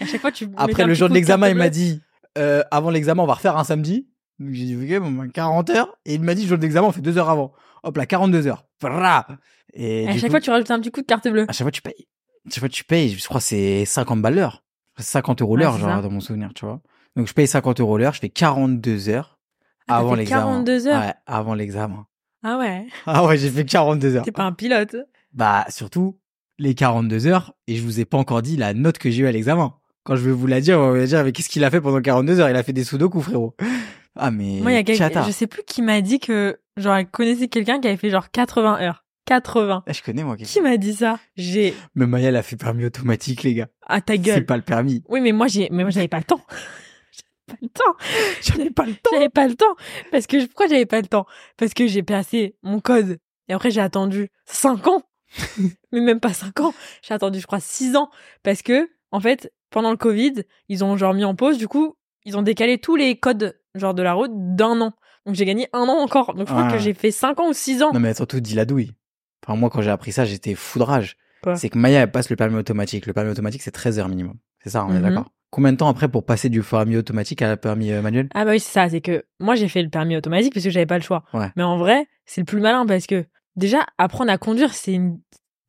À chaque fois, tu. mettais
Après
un
le
petit
jour de
coup carte
l'examen, il
bleue.
m'a dit euh, avant l'examen, on va refaire un samedi. Donc j'ai dit OK, bon, ben, 40 heures et il m'a dit le jour de l'examen, on fait deux heures avant. Hop là, 42 heures. Voilà. Et
À
du
chaque
coup,
fois, tu rajoutes un petit coup de carte bleue.
à chaque fois tu payes. tu vois, tu payes, je crois que c'est 50 balles l'heure. 50 euros
Ouais,
l'heure,
c'est
genre,
ça.
dans mon souvenir, tu vois. Donc, je paye 50 euros l'heure, je fais 42 heures
Ah, t'as
avant
fait
l'examen.
42 heures
Ouais, avant l'examen. (laughs)
Ah ouais,
Ah ouais, j'ai fait 42 heures.
t'es pas un pilote.
Bah, surtout, les 42 heures, et je vous ai pas encore dit la note que j'ai eue à l'examen. Quand je vais vous la dire, on va me dire, mais qu'est-ce qu'il a fait pendant 42 heures? Il a fait des sudoku, frérot. Ah, mais.
Moi, il y a quelqu'un,
tchata.
je sais plus qui m'a dit que, genre, elle connaissait quelqu'un qui avait fait genre 80 heures. 80.
Ah, je connais, moi. quelqu'un.
Qui m'a dit ça J'ai.
Mais Maya, elle a fait permis automatique, les gars.
Ah, ta
C'est
gueule.
pas le permis.
Oui, mais moi, j'ai, mais moi, j'avais pas le temps. (laughs) J'avais pas le temps.
J'avais pas le temps.
J'avais pas le temps. Parce que, je- pourquoi j'avais pas le temps Parce que j'ai passé mon code. Et après, j'ai attendu 5
(laughs)
ans. mais même pas 5 ans. J'ai attendu, je crois, 6 ans. Parce que, en fait, pendant le Covid, ils ont genre mis en pause. Du coup, ils ont décalé tous les codes, genre, de la route d'un an. Donc, j'ai gagné un an encore. Donc, je crois
Ouais.
que j'ai fait 5 ans ou 6 ans.
Non, mais surtout, dis la douille. Enfin, moi, quand j'ai appris ça, j'étais fou de rage.
Quoi
C'est que Maya, elle passe le permis automatique. Le permis automatique, c'est 13 heures minimum. C'est ça, on est
Mhm.
d'accord. Combien de temps après pour passer du permis automatique à la permis euh, manuel
Ah bah oui, c'est ça, c'est que moi j'ai fait le permis automatique parce que j'avais pas le choix.
Ouais.
Mais en vrai, c'est le plus malin parce que déjà apprendre à conduire, c'est une...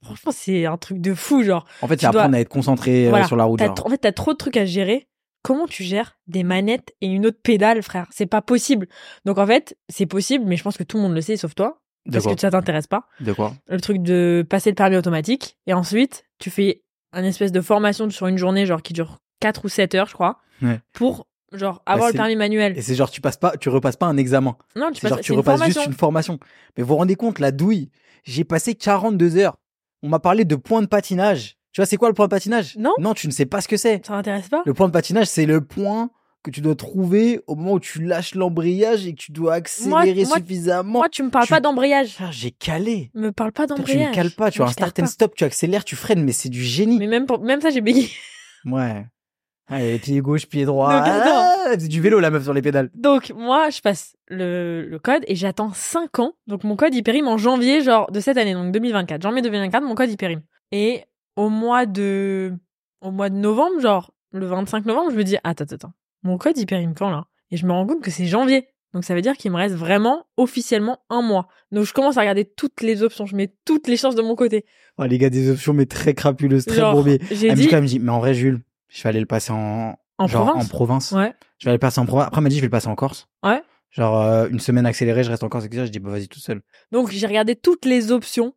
franchement c'est un truc de fou genre.
En fait,
Tu
c'est
dois-
apprendre à être concentré euh,
Voilà,
sur la route.
T'as
genre.
tr- en fait, t'as trop de trucs à gérer. Comment tu gères des manettes et une autre pédale, frère C'est pas possible. Donc en fait, c'est possible, mais je pense que tout le monde le sait sauf toi
De
parce
quoi
que ça t'intéresse pas. (laughs)
De quoi
Le truc de passer le permis automatique et ensuite tu fais un espèce de formation sur une journée genre qui dure 4 ou 7 heures, je crois,
Ouais. Bah,
pour genre avoir
c'est-
le permis manuel.
Et c'est genre, tu passes pas, tu repasses pas un examen.
Non, tu
C'est
passes
genre, tu
c'est une
repasses
formation.
juste une formation. Mais vous vous rendez compte, la douille, j'ai passé 42 heures. On m'a parlé de point de patinage. Tu vois, c'est quoi le point de patinage
Non.
Non, tu ne sais pas ce que c'est.
Ça t'intéresse pas
Le point de patinage, c'est le point que tu dois trouver au moment où tu lâches l'embrayage et que tu dois accélérer
moi-
suffisamment.
Moi, tu me parles
tu-
pas d'embrayage.
Frère, j'ai calé.
Me parle pas
Toi,
d'embrayage.
tu ne cales pas, tu
Non,
as un
je cale
start and
pas.
stop, tu accélères, tu freines, mais c'est du génie.
Mais même, pour... même ça, j'ai bégayé. (laughs)
Ouais. Allez, pied gauche, pied droit.
Donc, attends.
Ah, elle faisait du vélo, la meuf, sur les pédales.
Donc, moi, je passe le, le code et j'attends 5 ans. Donc, mon code, il périme en janvier, genre, de cette année, donc 2024. Janvier 2024, mon code, il périme. Et au mois de, au mois de novembre, genre, le 25 novembre, je me dis, attends, attends, attends. Mon code, il périme quand, là? Et je me rends compte que c'est janvier. Donc, ça veut dire qu'il me reste vraiment, officiellement, un mois. Donc, je commence à regarder toutes les options. Je mets toutes les chances de mon côté.
Oh, les gars, des options, mais très crapuleuses, très
Genre,
bourbier.
j'ai
Elle me
dit,
dit quand même, je dis, mais en vrai, Jules, je vais aller le passer en,
en
genre,
province.
en province.
Ouais.
Je vais aller le passer en province. Après, elle m'a dit, je vais le passer en Corse.
Ouais.
Genre, euh, une semaine accélérée, je reste en Corse, etc. Je dis, bah, vas-y, tout seul.
Donc j'ai regardé toutes les options,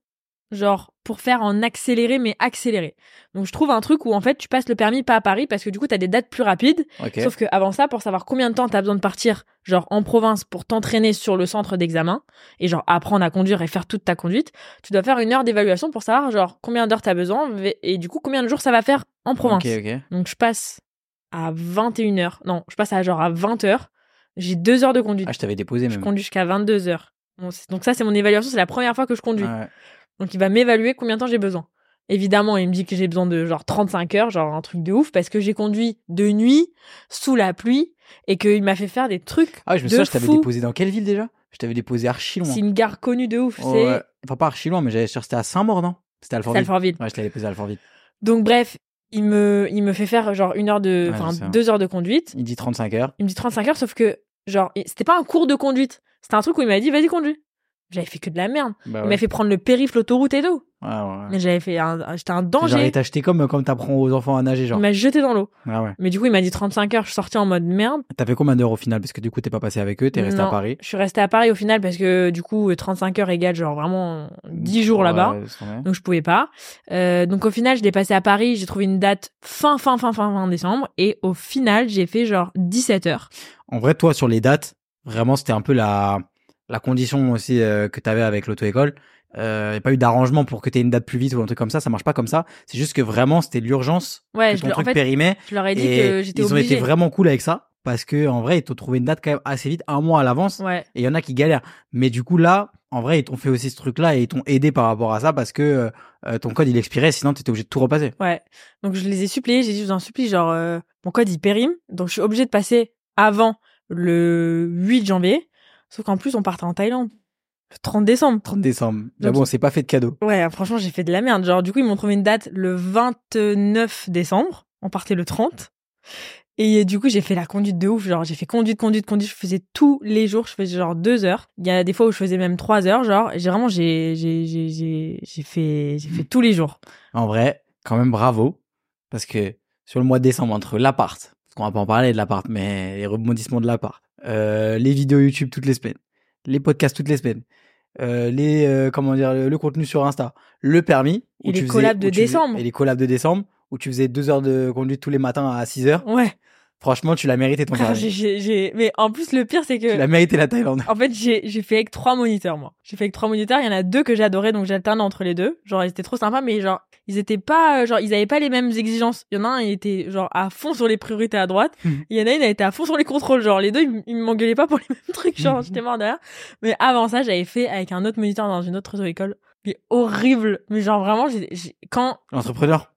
genre pour faire en accéléré mais accéléré. Donc je trouve un truc où en fait tu passes le permis pas à Paris parce que du coup t'as des dates plus rapides.
Ok.
Sauf que avant ça, pour savoir combien de temps t'as besoin de partir, genre en province pour t'entraîner sur le centre d'examen et genre apprendre à conduire et faire toute ta conduite, tu dois faire une heure d'évaluation pour savoir genre combien d'heures t'as besoin et du coup combien de jours ça va faire en province.
Ok, ok.
Donc je passe à 21h. Non, je passe à genre à 20h. J'ai deux heures de conduite.
Ah, je t'avais déposé,
Je
même.
conduis jusqu'à 22 heures. Bon, c'est- Donc ça, c'est mon évaluation. C'est la première fois que je conduis.
Ouais.
Donc il va m'évaluer combien de temps j'ai besoin. Évidemment, il me dit que j'ai besoin de genre 35 heures, genre un truc de ouf, parce que j'ai conduit de nuit, sous la pluie, et qu'il m'a fait faire des trucs
Ah, ouais, je me
de
souviens, je t'avais
fou.
déposé dans quelle ville déjà Je t'avais déposé archi loin.
C'est une gare connue de ouf,
Oh, ouais.
c'est
Enfin, pas archi loin, mais j'avais sûr c'était à Saint-Maur, non C'était
c'est
à Alfortville.
Alfortville.
Ouais, je t'avais déposé à Alfortville.
Donc bref, il me, il me fait faire genre une heure de,
Ouais, hein.
enfin
c'est ça.
deux heures de conduite.
Il dit 35 heures.
Il me dit 35 heures, sauf que genre il- c'était pas un cours de conduite, c'était un truc où il m'a dit vas-y conduis. J'avais fait que de la merde.
Bah,
Il m'a fait prendre le périph, l'autoroute et tout.
Ouais, Ah ouais.
Mais j'avais fait un, j'étais un
ouais. Genre,
danger.
il t'a acheté comme, comme t'apprends aux enfants à nager,
Il
genre.
m'a jeté dans l'eau.
Ah ouais.
Mais du coup, il m'a dit 35 heures. Je suis sortie en mode merde.
T'as fait combien d'heures au final Parce que du coup, t'es pas passé avec eux, t'es resté à
Non,
Paris.
Je suis restée à Paris au final parce que du coup, 35 heures égale genre vraiment 10 jours là-bas.
Ouais, c'est vrai.
Donc je pouvais pas. Euh, donc au final, je l'ai passé à Paris. J'ai trouvé une date fin, fin, fin, fin, fin décembre. Et au final, j'ai fait genre 17 heures.
En vrai, toi, sur les dates, vraiment, c'était un peu la, la condition aussi euh, que t'avais avec l'auto-école. Euh, y a pas eu d'arrangement pour que t'aies une date plus vite ou un truc comme ça. Ça marche pas comme ça. C'est juste que vraiment, c'était l'urgence.
Ouais,
que
je
ton
leur-
truc
en fait,
périmait.
je leur ai dit que
Et
j'étais
ils ont été
obligée.
vraiment cool avec ça. Parce que, en vrai, ils t'ont trouvé une date quand même assez vite, un mois à l'avance.
Ouais.
Et il y en a qui galèrent. Mais du coup, là, en vrai, ils t'ont fait aussi ce truc-là et ils t'ont aidé par rapport à ça parce que euh, ton code, il expirait, sinon t'étais obligé de tout repasser.
Ouais. Donc je les ai suppliés, j'ai dit je vous en supplie, genre euh, mon code il périme, donc je suis obligée de passer avant le 8 janvier. Sauf qu'en plus on partait en Thaïlande le 30 décembre.
30 décembre.
Donc-
J'avoue, on s'est pas fait de cadeau.
Ouais, franchement j'ai fait de la merde. Genre du coup ils m'ont trouvé une date le 29 décembre, on partait le 30. Et euh, du coup, j'ai fait la conduite de ouf. Genre, j'ai fait conduite, conduite, conduite. Je faisais tous les jours. Je faisais genre deux heures. Il y a des fois où je faisais même trois heures. Genre, j'ai vraiment, j'ai, j'ai, j'ai, j'ai j'ai fait, j'ai fait tous les jours.
En vrai, quand même bravo, parce que sur le mois de décembre, entre l'appart, parce qu'on va pas en parler de l'appart, mais les rebondissements de l'appart, euh, les vidéos YouTube toutes les semaines, les podcasts toutes les semaines, euh, les euh, comment dire le, le contenu sur Insta, le permis,
Et les collabs de
où tu faisais-
décembre.
et les collabs de décembre où tu faisais deux heures de conduite tous les matins à 6 heures.
Ouais.
Franchement, tu l'as mérité ton
Frère,
permis.
j'ai- j'ai- j'ai- Mais en plus, le pire, c'est
Bah, Tu l'as
que.
mérité la Thaïlande. (laughs)
En fait, j'ai j'ai fait avec trois moniteurs, moi. J'ai fait avec trois moniteurs. Il y en a deux que j'adorais, donc j'alterne entre les deux. Genre, ils étaient trop sympas, mais genre, ils étaient pas. euh, Genre, ils avaient pas les mêmes exigences. Il y en a un, il était genre à fond sur les priorités à droite.
Mhm.
Il y en a une, elle était à fond sur les contrôles. Genre, les deux, ils m- ils m'engueulaient pas pour les (laughs) mêmes trucs. Genre,
Mhm.
j'étais mort derrière. Mais avant ça, j'avais fait avec un autre moniteur dans une autre école. Mais horrible. Mais genre, vraiment, j'ai j'ai- quand
Entrepreneur.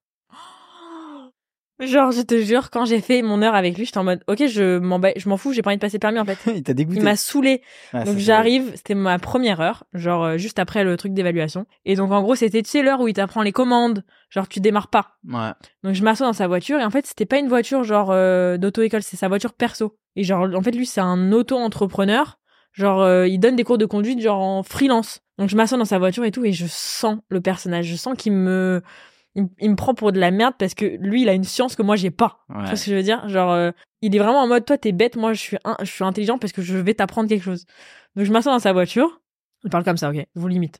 Genre, je te jure, quand j'ai fait mon heure avec lui, j'étais en mode, ok, je m'en, ba- je m'en fous, j'ai pas envie de passer le
(laughs)
permis en fait.
(laughs) Il t'a dégoûté.
Il m'a saoulé.
Ah, ça,
donc
c'est-
j'arrive, c'était ma première heure, genre euh, juste après le truc d'évaluation. Et donc en gros, c'était, tu sais, l'heure où il t'apprend les commandes, genre tu démarres pas.
Ouais.
Donc je m'assois dans sa voiture et en fait, c'était pas une voiture genre euh, d'auto-école, c'est sa voiture perso. Et genre, en fait, lui, c'est un auto-entrepreneur. Genre, euh, il donne des cours de conduite, genre en freelance. Donc je m'assois dans sa voiture et tout, et je sens le personnage. Je sens qu'il me, il me- il me prend pour de la merde parce que lui, il a une science que moi, j'ai pas. Tu
Ouais.
vois ce que je veux dire Genre, euh, il est vraiment en mode, toi, t'es bête, moi, je suis, un, je suis intelligent parce que je vais t'apprendre quelque chose. Donc, je m'assois dans sa voiture. Il parle comme ça, ok, je vous limite.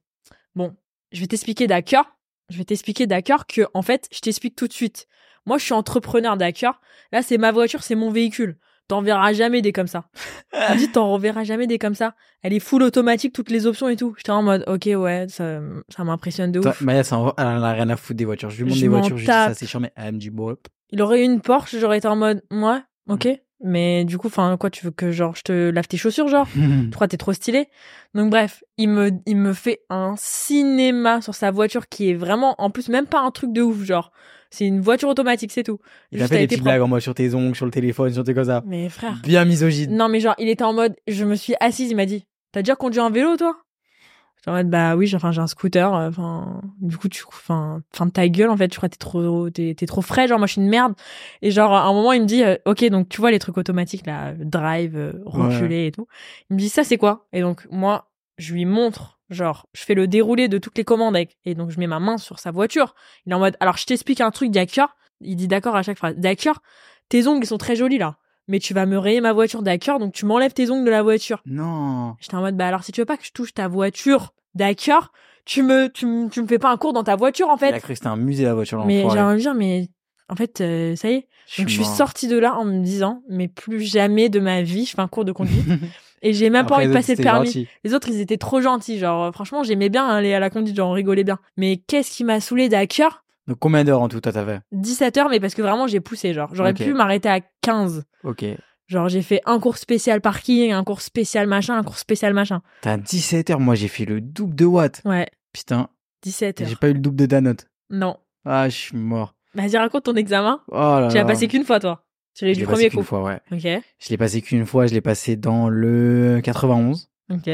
Bon, je vais t'expliquer d'accord. Je vais t'expliquer d'accord que, en fait, je t'explique tout de suite. Moi, je suis entrepreneur, d'accord Là, c'est ma voiture, c'est mon véhicule. T'en verras jamais des comme ça. Il dit, t'en reverras jamais des comme ça. Elle est full automatique, toutes les options et tout. J'étais en mode, ok, ouais, ça, ça m'impressionne de
Toi,
ouf.
Maya, ça en- elle en a rien à foutre des voitures. Je lui montre
Je
des
m'en
voitures, je lui dis ça,
tape.
c'est chiant, mais elle me dit, bon, hop.
Il aurait eu une Porsche, j'aurais été en mode, ouais,
Mm.
ok. Mais du coup, enfin, quoi, tu veux que genre je te lave tes chaussures, genre
(laughs)
Je crois que t'es trop stylé. Donc bref, il me, il me fait un cinéma sur sa voiture qui est vraiment, en plus, même pas un truc de ouf, genre. C'est une voiture automatique, c'est tout.
Il
Juste,
a fait
elle
des
était
petites blagues en mode sur tes ongles, sur le téléphone, sur tes choses comme ça.
propre. Mais frère.
Bien misogyne.
Non, mais genre, il était en mode, je me suis assise, il m'a dit, t'as déjà conduit un vélo, toi? J'étais en mode, bah oui, j'ai, enfin, j'ai un scooter, euh, enfin, du coup, tu, enfin, ferme ta gueule, en fait, je crois que t'es trop, t'es, t'es trop frais, genre, moi, je suis une merde. Et genre, à un moment, il me dit, euh, ok, donc, tu vois, les trucs automatiques, là, euh, drive, euh, reculer et tout. Il me dit, ça, c'est quoi? Et donc, moi, je lui montre, genre, je fais le déroulé de toutes les commandes avec, et donc, je mets ma main sur sa voiture. Il est en mode, alors, je t'explique un truc, d'accord? Il dit d'accord à chaque phrase. D'accord, tes ongles, ils sont très jolis, là mais tu vas me rayer ma voiture, d'accord Donc tu m'enlèves tes ongles de la voiture.
Non.
J'étais en mode, bah alors si tu veux pas que je touche ta voiture, d'accord Tu me, tu, me- tu me fais pas un cours dans ta voiture en
Il a
fait.
cru que c'était un musée la voiture,
Mais j'ai
l'enfoiré.
envie de dire, mais en fait, euh, ça y est. Donc je suis
mort.
sortie de là en me disant, mais plus jamais de ma vie, je fais un cours de conduite.
(laughs)
Et j'ai même pas
Après,
envie de
les autres,
passer le
c'était
permis.
gentil.
Les autres, ils étaient trop gentils. Genre, euh, franchement, j'aimais bien aller à la conduite, genre, on rigolait bien. Mais qu'est-ce qui m'a saoulé d'accord
Donc combien d'heures en tout, toi, t'as fait
17h, mais parce que vraiment, j'ai poussé, genre. J'aurais
Ok.
pu m'arrêter à 15.
Ok.
Genre, j'ai fait un cours spécial parking, un cours spécial machin, un cours spécial machin.
T'as 17 heures. Moi, j'ai fait le double de Watt.
Ouais,
Putain.
17
Et
heures.
J'ai pas eu le double de Danote.
Non.
Ah, je suis mort.
Vas-y, raconte ton examen.
Oh là
Tu l'as
là.
passé qu'une fois, toi. Tu l'as eu
Je
du
l'ai
premier
passé
coup.
qu'une fois, ouais.
Ok,
Je l'ai passé qu'une fois. Je l'ai passé dans le 91.
ok.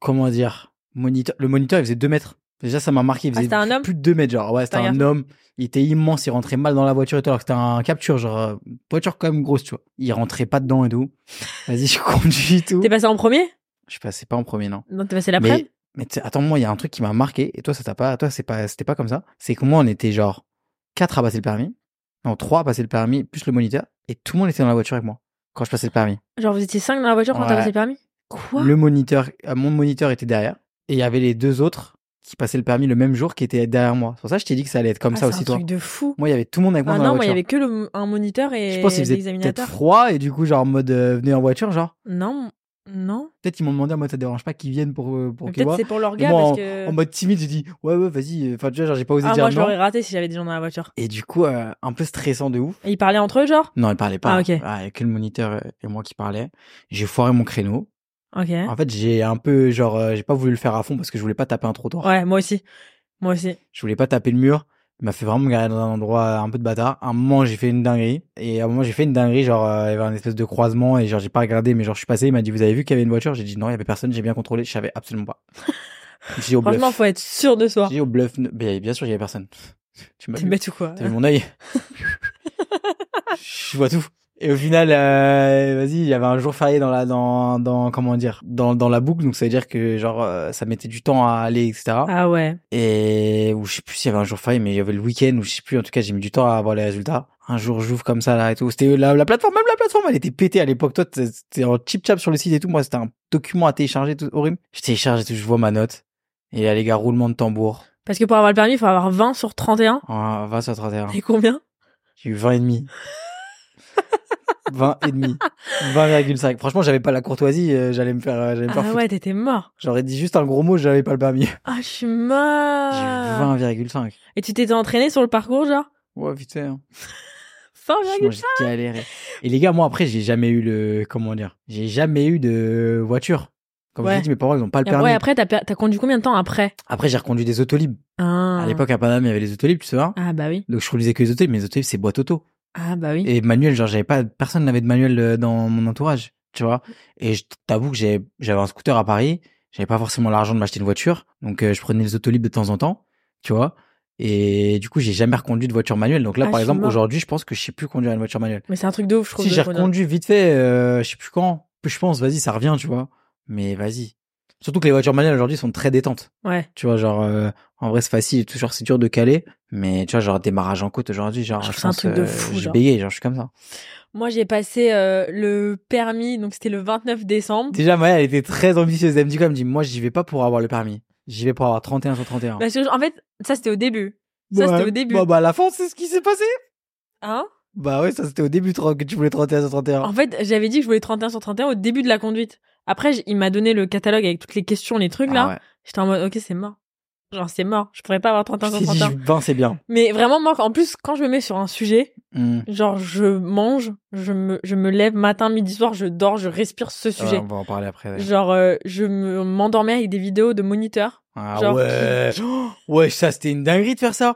comment dire, moniteur. Le moniteur, il faisait 2 mètres. Déjà, ça m'a marqué. Il
Ah,
faisait
c'était un
plus-
homme
plus de 2 mètres, genre. Ouais, c'était
C'était un
un
garçon
homme. Il était immense. Il rentrait mal dans la voiture et tout. Alors que c'était un capture, genre, euh, voiture quand même grosse, tu vois. Il rentrait pas dedans
(laughs)
et tout. Vas-y, je conduis et tout.
T'es passé en premier
Je passais pas en premier, non.
Non, t'es passé l'après
Mais, mais t'sais, attends, moi, il y a un truc qui m'a marqué. Et toi, ça t'a pas, toi, c'est pas, c'était pas comme ça. C'est que moi, on était genre 4 à passer le permis. Non, 3 à passer le permis, plus le moniteur. Et tout le monde était dans la voiture avec moi. Quand je passais le permis.
Genre, vous étiez 5 dans la voiture quand t'as
Ouais.
passé le permis Quoi
le moniteur, euh, mon moniteur était derrière, et il y avait les deux autres qui passaient le permis le même jour qui étaient derrière moi. C'est pour ça que je t'ai dit que ça allait être comme
Ah,
ça
c'est
aussi
un
toi.
truc de fou.
Moi, il y avait tout le monde avec moi
Ah
dans
non,
la
moi, il y
voiture.
avait que le, un moniteur et
Je pense qu'il faisait peut-être
l'examinateur.
froid et du coup, genre en mode euh, venez en voiture, genre.
Non, non.
Peut-être ils m'ont demandé en mode ça te dérange pas qu'ils viennent pour euh, pour
Mais
qu'ils
Peut-être
voient.
c'est pour leur
Et
gars
moi,
parce que.
En mode timide, j'ai dit ouais ouais vas-y. euh, Enfin tu vois, genre j'ai pas osé
Ah,
dire
moi, je
non.
l'aurais raté si j'avais des gens dans la voiture.
Et du coup, euh, un peu stressant de ouf.
Et ils parlaient entre eux, genre
Non, il parlait pas. hein.
Ah, ok.
il y a que le moniteur euh, et moi qui parlais. J'ai foiré mon créneau.
Ok.
En fait, j'ai un peu genre euh, j'ai pas voulu le faire à fond parce que je voulais pas taper un trottoir.
Ouais, moi aussi. Moi aussi.
Je voulais pas taper le mur. Il m'a fait vraiment me garer dans un endroit euh, un peu de bâtard. À un moment, j'ai fait une dinguerie. Et à un moment, j'ai fait une dinguerie. Genre, euh, il y avait un espèce de croisement. Et genre, j'ai pas regardé. Mais genre, je suis passé. Il m'a dit, vous avez vu qu'il y avait une voiture? J'ai dit, non, il y avait personne. J'ai bien contrôlé. Je savais
(laughs)
absolument pas. J'ai dit au bluff.
Franchement, faut être sûr de soi.
J'ai dit au bluff. ne- Mais bien sûr, il y
(laughs)
avait personne. Tu m'as
T'es (laughs)
vu.
bête ou quoi
T'as vu mon œil? je vois tout. Et au final, euh, vas-y, il y avait un jour férié dans la, dans, dans, comment dire, dans, dans la boucle, donc ça veut dire que genre euh, ça mettait du temps à aller, etc.
Ah ouais.
Et ou je sais plus s'il y avait un jour férié, mais il y avait le week-end ou je sais plus. En tout cas, j'ai mis du temps à avoir les résultats. Un jour, j'ouvre comme ça là et tout. C'était euh, la, la plateforme, même la plateforme, elle était pétée à l'époque. Toi, c'était en chip chap sur le site et tout. Moi, c'était un document à télécharger, tout horrible. Je télécharge et tout, je vois ma note. Et là, les gars, roulement de tambour.
Parce que pour avoir le permis, il faut avoir 20 sur 31.
Ah, 20 sur 31.
Et combien
J'ai eu 20 et
(laughs)
demi. 20 et demi. 20,5. Franchement, j'avais pas la courtoisie, euh, j'allais me faire, euh, j'allais me faire
Ah
foutre.
ouais, t'étais mort.
J'aurais dit juste un gros mot, j'avais pas le permis.
Ah, je suis
J'ai eu
mort.
20,5.
Et tu t'étais entraîné sur le parcours, genre
Ouais, hein. putain. Franchement,
100,5
j'ai galéré. Et les gars, moi, après, j'ai jamais eu le, comment dire, j'ai jamais eu de voiture. Comme je
Ouais.
vous dis, mes parents, ils ont pas le
Et
permis.
après,
après,
après t'as per- t'as conduit combien de temps après
j'ai reconduit des autolibes.
Ah.
À l'époque, à Paname, il y avait les autolibes, tu vois.
Ah bah oui.
Donc, je conduisais que les autolibes, mais les autolibes, c'est boîte auto.
Ah bah oui.
Et manuel, genre, j'avais pas, personne n'avait de manuel euh, dans mon entourage, tu vois. Et je t'avoue que j'ai- j'avais un scooter à Paris, j'avais pas forcément l'argent de m'acheter une voiture, donc euh, je prenais les autolibes de temps en temps, tu vois. Et du coup, j'ai jamais reconduit de voiture manuelle. Donc là,
Ah, je
par
suis
exemple,
mort.
aujourd'hui, je pense que je sais plus conduire une voiture manuelle.
Mais c'est un truc de ouf, je trouve.
Si
de
j'ai
reconduire.
reconduit vite fait, euh, je sais plus quand, je pense, vas-y, ça revient, tu vois. Mais vas-y. Surtout que les voitures manuelles aujourd'hui sont très détentes.
Ouais.
Tu vois, genre, euh, en vrai, c'est facile et tout, genre, c'est dur de caler. Mais tu vois, genre, démarrage en côte aujourd'hui, genre,
Je
je
trouve ça un
pense,
truc de
euh,
fou,
je
genre.
bégaye, genre, je suis comme ça.
Moi, j'ai passé euh, le permis, donc c'était le 29 décembre.
Déjà, Maya, elle était très ambitieuse. Elle me dit quoi Elle me dit, moi, j'y vais pas pour avoir le permis. J'y vais pour avoir 31 sur 31.
Parce que, en fait, ça c'était au début. Bah, ça,
Ouais.
c'était au début.
Bon, bah, à la fin, c'est ce qui s'est passé.
Hein
Bah ouais, ça, c'était au début tro- que tu voulais 31 sur 31.
En fait, j'avais dit que je voulais 31 sur 31 au début de la conduite. Après, j- il m'a donné le catalogue avec toutes les questions, les trucs là.
Ah ouais.
J'étais en mode, ok, c'est mort. Genre, c'est mort. Je pourrais pas avoir 31 sur
Je t'ai dit,
31.
ben, c'est bien.
Mais vraiment, moi, en plus, quand je me mets sur un sujet,
Hmm.
genre, je mange, je me, je me lève matin, midi, soir, je dors, je respire ce
Ah Ouais,
sujet.
on va en parler après. ouais.
Genre, euh, je me- m'endormais avec des vidéos de moniteurs.
Ah
genre,
ouais. (gasps) Ouais, ça, c'était une dinguerie de
(laughs)
faire ça.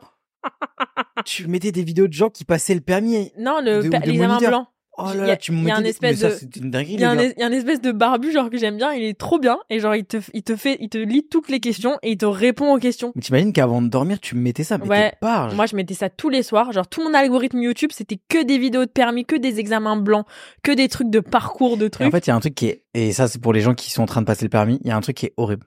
tu mettais des vidéos de gens qui passaient le permis.
Non, le
Des-
pa-
des
l'examen
moniteurs.
blanc.
Oh
Il y
là
a-
là, tu me
il y a
mettais
un
des-
espèce
Mais
de-
ça, c'était une dinguerie,
Il y, a un
les gars.
es- il y a un espèce de barbu, genre, que j'aime bien. Il est trop bien. Et genre, il te, f- il te fait, il te lit toutes les questions et il te répond aux questions.
Mais t'imagines qu'avant de dormir, tu me mettais ça, mais
Ouais.
t'es barge.
Moi, je mettais ça tous les soirs. Genre, tout mon algorithme YouTube, c'était que des vidéos de permis, que des examens blancs, que des trucs de parcours, de
Et
trucs.
en fait, il y a un truc qui est, et ça, c'est pour les gens qui sont en train de passer le permis, il y a un truc qui est horrible.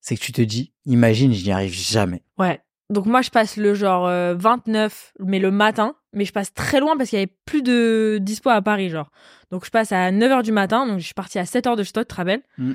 C'est que tu te dis, imagine, je n'y arrive jamais.
Ouais. Donc moi, je passe le genre euh, 29, mais le matin. Mais je passe très loin parce qu'il y avait plus de dispo à Paris, genre. Donc je passe à 9h du matin. Donc je suis partie à 7h de chez toi, tu te rappelles
Mm.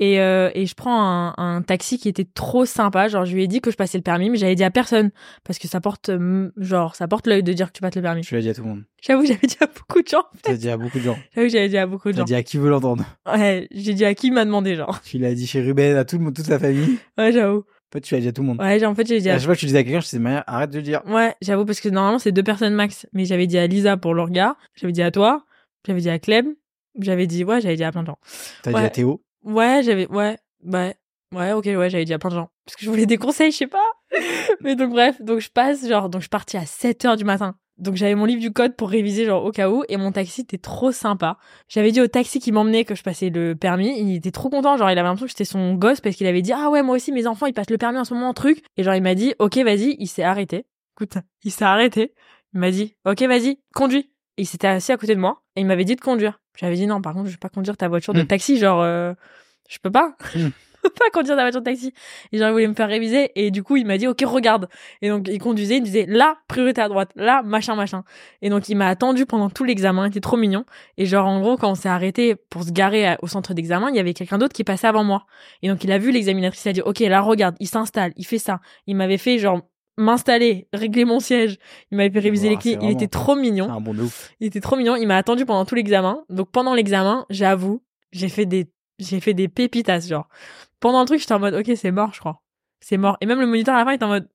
et, euh, et je prends un, un taxi qui était trop sympa. Genre, je lui ai dit que je passais le permis, mais j'avais dit à personne. Parce que ça porte, euh, genre, ça porte l'œil de dire que tu passes le permis.
(laughs) Tu l'as dit à tout le monde.
J'avoue, j'avais dit à beaucoup de gens.
Tu l'as dit à beaucoup de gens.
J'avoue, j'avais dit à beaucoup
Tu
de
l'as
gens.
dit à qui veut l'entendre.
Ouais, j'ai dit à qui il m'a demandé, genre.
Tu l'as dit chez Ruben, à tout le monde, toute la famille.
Ouais, j'avoue.
En fait, tu l'as dit à tout le monde.
Ouais, j'ai- en fait, j'ai dit
À
à...
chaque fois que tu disais à quelqu'un, je te disais, Maya, arrête de le dire.
Ouais, j'avoue, parce que normalement, c'est deux personnes max. Mais j'avais dit à Lisa pour le regard, j'avais dit à toi, j'avais dit à Clem, j'avais dit, ouais, j'avais dit à plein de gens.
T'as
Ouais.
dit à Théo.
Ouais, j'avais, ouais, ouais, ouais, ok, ouais, j'avais dit à plein de gens. Parce que je voulais des conseils, je sais pas. (laughs) Mais donc, bref, donc je passe, genre, donc je partis à 7 heures du matin. Donc j'avais mon livre du code pour réviser, genre, au cas où, et mon taxi était trop sympa. J'avais dit au taxi qui m'emmenait que je passais le permis, il était trop content, genre, il avait l'impression que j'étais son gosse parce qu'il avait dit, ah ouais, moi aussi, mes enfants, ils passent le permis en ce moment, truc. Et genre, il m'a dit, ok, vas-y, il s'est arrêté. Écoute, il s'est arrêté. Il m'a dit, ok, vas-y, conduis. Et il s'était assis à côté de moi, et il m'avait dit de conduire. J'avais dit, non, par contre, je vais pas conduire ta voiture de
Mm.
taxi, genre, euh, je peux pas. (laughs)
Mm.
Je peux pas conduire ta voiture de taxi. Et genre, il voulait me faire réviser. Et du coup, il m'a dit, OK, regarde. Et donc, il conduisait, il disait, là, priorité à droite, là, machin, machin. Et donc, il m'a attendu pendant tout l'examen. Il était trop mignon. Et genre, en gros, quand on s'est arrêté pour se garer à- au centre d'examen, il y avait quelqu'un d'autre qui passait avant moi. Et donc, il a vu l'examinatrice. Il a dit, OK, là, regarde, il s'installe, il fait ça. Il m'avait fait, genre, m'installer, régler mon siège. Il m'avait fait réviser
Ouah,
les clés.
c'est
Il
vraiment-
était trop mignon.
C'est un Ah, bon de ouf.
Il était trop mignon. Il m'a attendu pendant tout l'examen. Donc pendant l'examen, j'avoue, j'ai fait des, j'ai fait des pépitas, genre. Pendant le truc, j'étais en mode, ok, c'est mort, je crois. C'est mort. Et même le moniteur à la fin, il était en mode,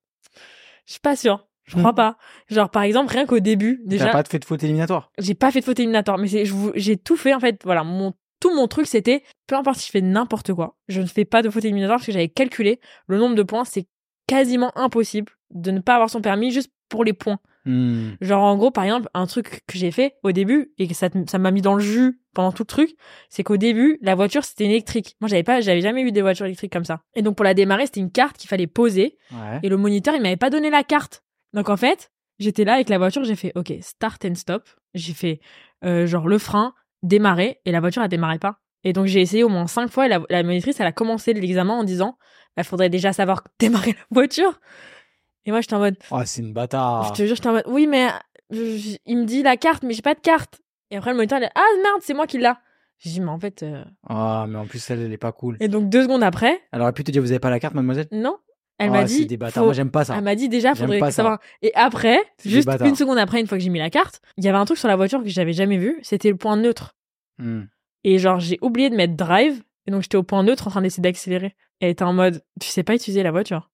je suis pas sûr. Je crois pas. Genre, par exemple, rien qu'au début,
Hmm. T'as
déjà,
pas fait de faute éliminatoire.
j'ai pas fait de faute éliminatoire, mais c'est, je vous- j'ai tout fait, en fait. Voilà, mon, tout mon truc, c'était, peu importe si je fais n'importe quoi, je ne fais pas de faute éliminatoire parce que j'avais calculé le nombre de points. C'est quasiment impossible de ne pas avoir son permis juste pour les points.
Hmm.
Genre, en gros, par exemple, un truc que j'ai fait au début et que ça te- ça m'a mis dans le jus pendant tout le truc, c'est qu'au début, la voiture, c'était une électrique. Moi, j'avais pas, j'avais jamais eu des voitures électriques comme ça. Et donc, pour la démarrer, c'était une carte qu'il fallait poser
Ouais.
et le moniteur, il m'avait pas donné la carte. Donc, en fait, j'étais là avec la voiture, j'ai fait, OK, start and stop. J'ai fait, euh, genre le frein, démarrer, et la voiture, elle démarrait pas. Et donc, j'ai essayé au moins cinq fois, et la, la monitrice, elle a commencé l'examen en disant, il faudrait déjà savoir (laughs) démarrer la voiture. Et moi, j'étais en mode,
Oh, c'est une bâtard.
je te jure, j'étais en mode, oui, mais je- je- il me dit la carte, mais j'ai pas de carte. Et après, le moniteur, il a, ah merde, c'est moi qui l'a. J'ai dit, mais en fait. euh,
Ah, mais en plus, elle, elle est pas cool.
Et donc, deux secondes après,
Elle aurait pu te dire, vous avez pas la carte, mademoiselle
non, elle
Ah,
m'a dit.
C'est des bâtards.
faut-
Moi, j'aime pas ça.
Elle m'a dit déjà,
J'aime
faudrait
pas ça.
savoir. Et après,
C'est des
juste
bâtards.
une seconde après, une fois que j'ai mis la carte, il y avait un truc sur la voiture que j'avais jamais vu, c'était le point neutre.
Hmm.
Et genre, j'ai oublié de mettre drive, et donc j'étais au point neutre en train d'essayer d'accélérer. Et elle était en mode, tu sais pas utiliser la voiture.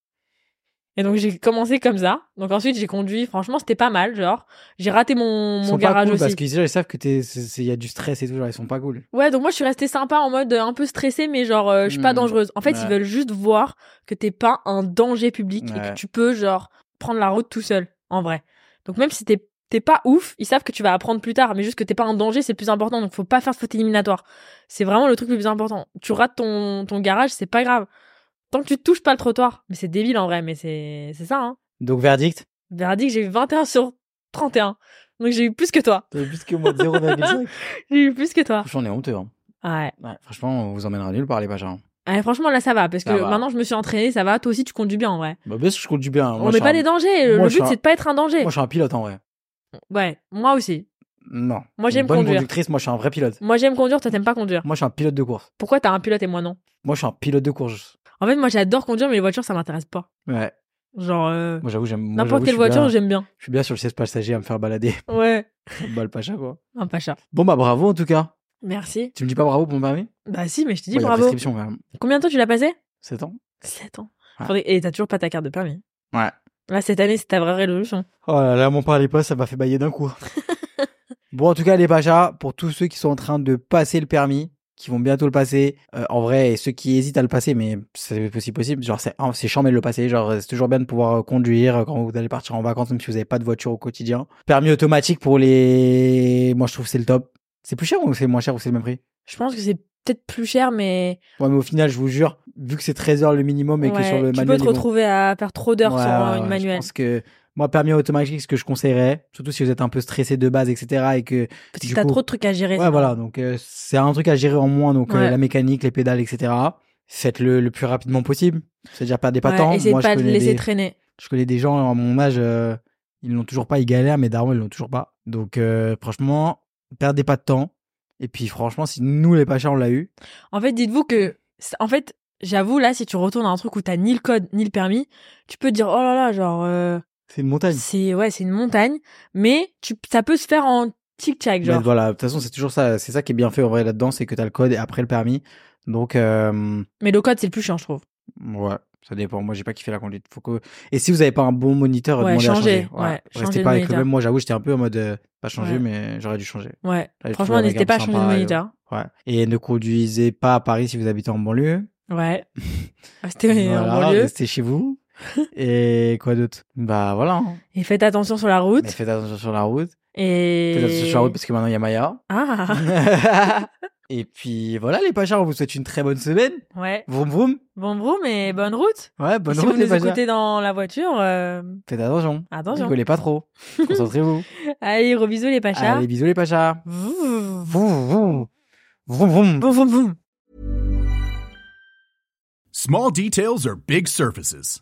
Et donc j'ai commencé comme ça. Donc ensuite j'ai conduit. Franchement c'était pas mal. Genre j'ai raté mon,
Ils
mon
sont pas
garage
cool
aussi.
parce qu'ils ils savent que t'es, c'est- c'est- il y a du stress et tout, genre, ils sont pas cool.
Ouais, donc moi je suis restée sympa en mode euh, un peu stressée, mais genre euh, je suis pas
Mm.
dangereuse. En fait,
Ouais.
ils veulent juste voir que t'es pas un danger public et
Ouais.
que tu peux genre prendre la route tout seul, en vrai. Donc même si t'es t'es pas ouf, ils savent que tu vas apprendre plus tard, mais juste que t'es pas un danger, c'est le plus important. Donc faut pas faire de faute éliminatoire. C'est vraiment le truc le plus important. Tu rates ton ton garage, c'est pas grave. Tant que tu touches pas le trottoir, mais c'est débile en vrai, mais c'est c'est ça. Hein.
Donc, verdict
Verdict, j'ai eu 21 sur 31. Donc j'ai eu plus que toi.
T'avais plus que moi de 0,5.
J'ai eu plus que toi.
(laughs) Franchement, on est honteux. hein.
Ouais.
Ouais, franchement, on vous emmènera nulle part, les hein. bâtards.
Ah, franchement, là, ça va, parce que
Ça va.
maintenant, je me suis entraînée, ça va. Toi aussi, tu conduis bien, en vrai.
Bah, parce que je compte du bien.
on
Moi, je
n'est
suis
pas
un-
des dangers. Le-
moi,
le
je suis
but,
un-
c'est de pas être un danger.
Moi, je suis un pilote, en vrai.
Ouais, moi aussi.
Non.
Moi,
Une
j'aime
bonne
conduire. Mm.
conductrice, moi, je suis un vrai pilote.
Moi, j'aime conduire, toi, t'aimes pas conduire.
Moi, je suis un pilote de course.
Pourquoi t'as un pilote et moi, non
Moi, je suis un pilote de course.
En fait, moi, j'adore conduire, mais les voitures, ça m'intéresse pas.
Ouais.
Genre, euh,
Moi, j'avoue, j'aime. moi,
n'importe quelle
j'avoue, je suis
voiture,
bien-
j'aime bien.
Je suis bien sur le siège passager à me faire balader. (laughs)
Ouais.
Balle pacha, quoi.
Un pacha.
Bon, bah, bravo, en tout cas.
Merci.
Tu me dis pas bravo pour mon permis
Bah, si, mais je te dis
Bon, il y a
bravo.
prescription, quand même.
Combien de temps tu l'as passé
7 ans
7 ans.
Ouais.
Faudrait- Et t'as toujours pas ta carte de permis.
Ouais.
Là, cette année, c'est ta vraie résolution.
Oh là là, mon parle pas, ça m'a fait bailler d'un
(laughs)
coup. bon, en tout cas, les Pachas, pour tous ceux qui sont en train de passer le permis, qui vont bientôt le passer, euh, en vrai, et ceux qui hésitent à le passer, mais c'est possible, possible, genre, c'est, oh, c'est chiant, mais de le passer, genre, c'est toujours bien de pouvoir euh, conduire euh, quand vous allez partir en vacances, même si vous n'avez pas de voiture au quotidien. Permis automatique pour les, moi, je trouve que c'est le top. C'est plus cher ou c'est moins cher ou c'est le même prix?
Je pense que c'est peut-être plus cher, mais
Ouais, mais au final, je vous jure, vu que c'est 13 heures le minimum et que
ouais,
sur le
tu
manuel.
peux te
ils vont-
retrouver à faire trop d'heures
Ouais,
sur
ouais,
euh,
ouais,
une manuelle.
Je pense que moi, permis automatique, ce que je conseillerais, surtout si vous êtes un peu stressé de base, etc. Et que,
Parce que
du
t'as
coup-
trop de trucs à gérer.
ouais,
sinon.
voilà. Donc, euh, c'est un truc à gérer en moins. Donc, euh,
Ouais.
la mécanique, les pédales, etc. Faites-le le plus rapidement possible. C'est-à-dire, perdez pas de
Ouais,
temps.
Essayez
Moi,
de pas
je,
de
connais
laisser
des,
traîner.
je connais des gens à mon âge, euh, ils l'ont toujours pas, ils galèrent, mais darons, ils l'ont toujours pas. Donc, euh, franchement, perdez pas de temps. Et puis, franchement, si nous, les pachas, on l'a eu,
En fait, dites-vous que, c'est- en fait, j'avoue, là, si tu retournes à un truc où t'as ni le code, ni le permis, tu peux te dire, oh là là, genre, euh,
c'est une montagne.
c'est, ouais, c'est une montagne, mais tu, ça peut se faire en tic-tac,
Mais
genre.
voilà, de toute façon, c'est toujours ça. C'est ça qui est bien fait en vrai là-dedans, c'est que t'as le code et après le permis. Donc, euh,
Mais le code, c'est le plus chiant, je trouve.
ouais, ça dépend. Moi, j'ai pas kiffé la conduite. Faut que... Et si vous avez pas un bon moniteur,
Ouais,
demandez à
changez.
changer.
Ouais,
Restez
changez de
pas avec le
moniteur.
même. Moi, j'avoue, j'étais un peu en mode euh, pas changé,
Ouais.
mais j'aurais dû changer.
Ouais.
Là, j'ai trouvé
Franchement,
la
n'hésitez
gamme
pas à changer de
sympa et-
moniteur.
Ouais. Et ne conduisez pas à Paris si vous habitez
(laughs)
en banlieue. (laughs)
Ouais. Restez en
euh. Voilà,
banlieue.
Restez
(laughs)
chez vous. et quoi d'autre Bah voilà.
Et faites attention sur la route.
Mais faites attention sur la route.
Et.
Faites attention sur la route parce que maintenant il y
(laughs)
a Maya.
Ah!
et puis voilà les pachas, on vous souhaite une très bonne semaine.
Ah, (laughs) Ouais.
Vroom vroom.
Bon vroom et bonne route.
Ouais, bonne
si
route
vous
les
nous
pachas.
écoutez dans la voiture, euh,
Faites attention.
attention.
Rigolez
(laughs)
pas trop. Concentrez-vous.
Allez, gros bisous les pachas.
Allez, bisous les pachas.
Vroom,
Vroom vroom. Vroom vroom.
vroom, vroom.
Small details are big surfaces.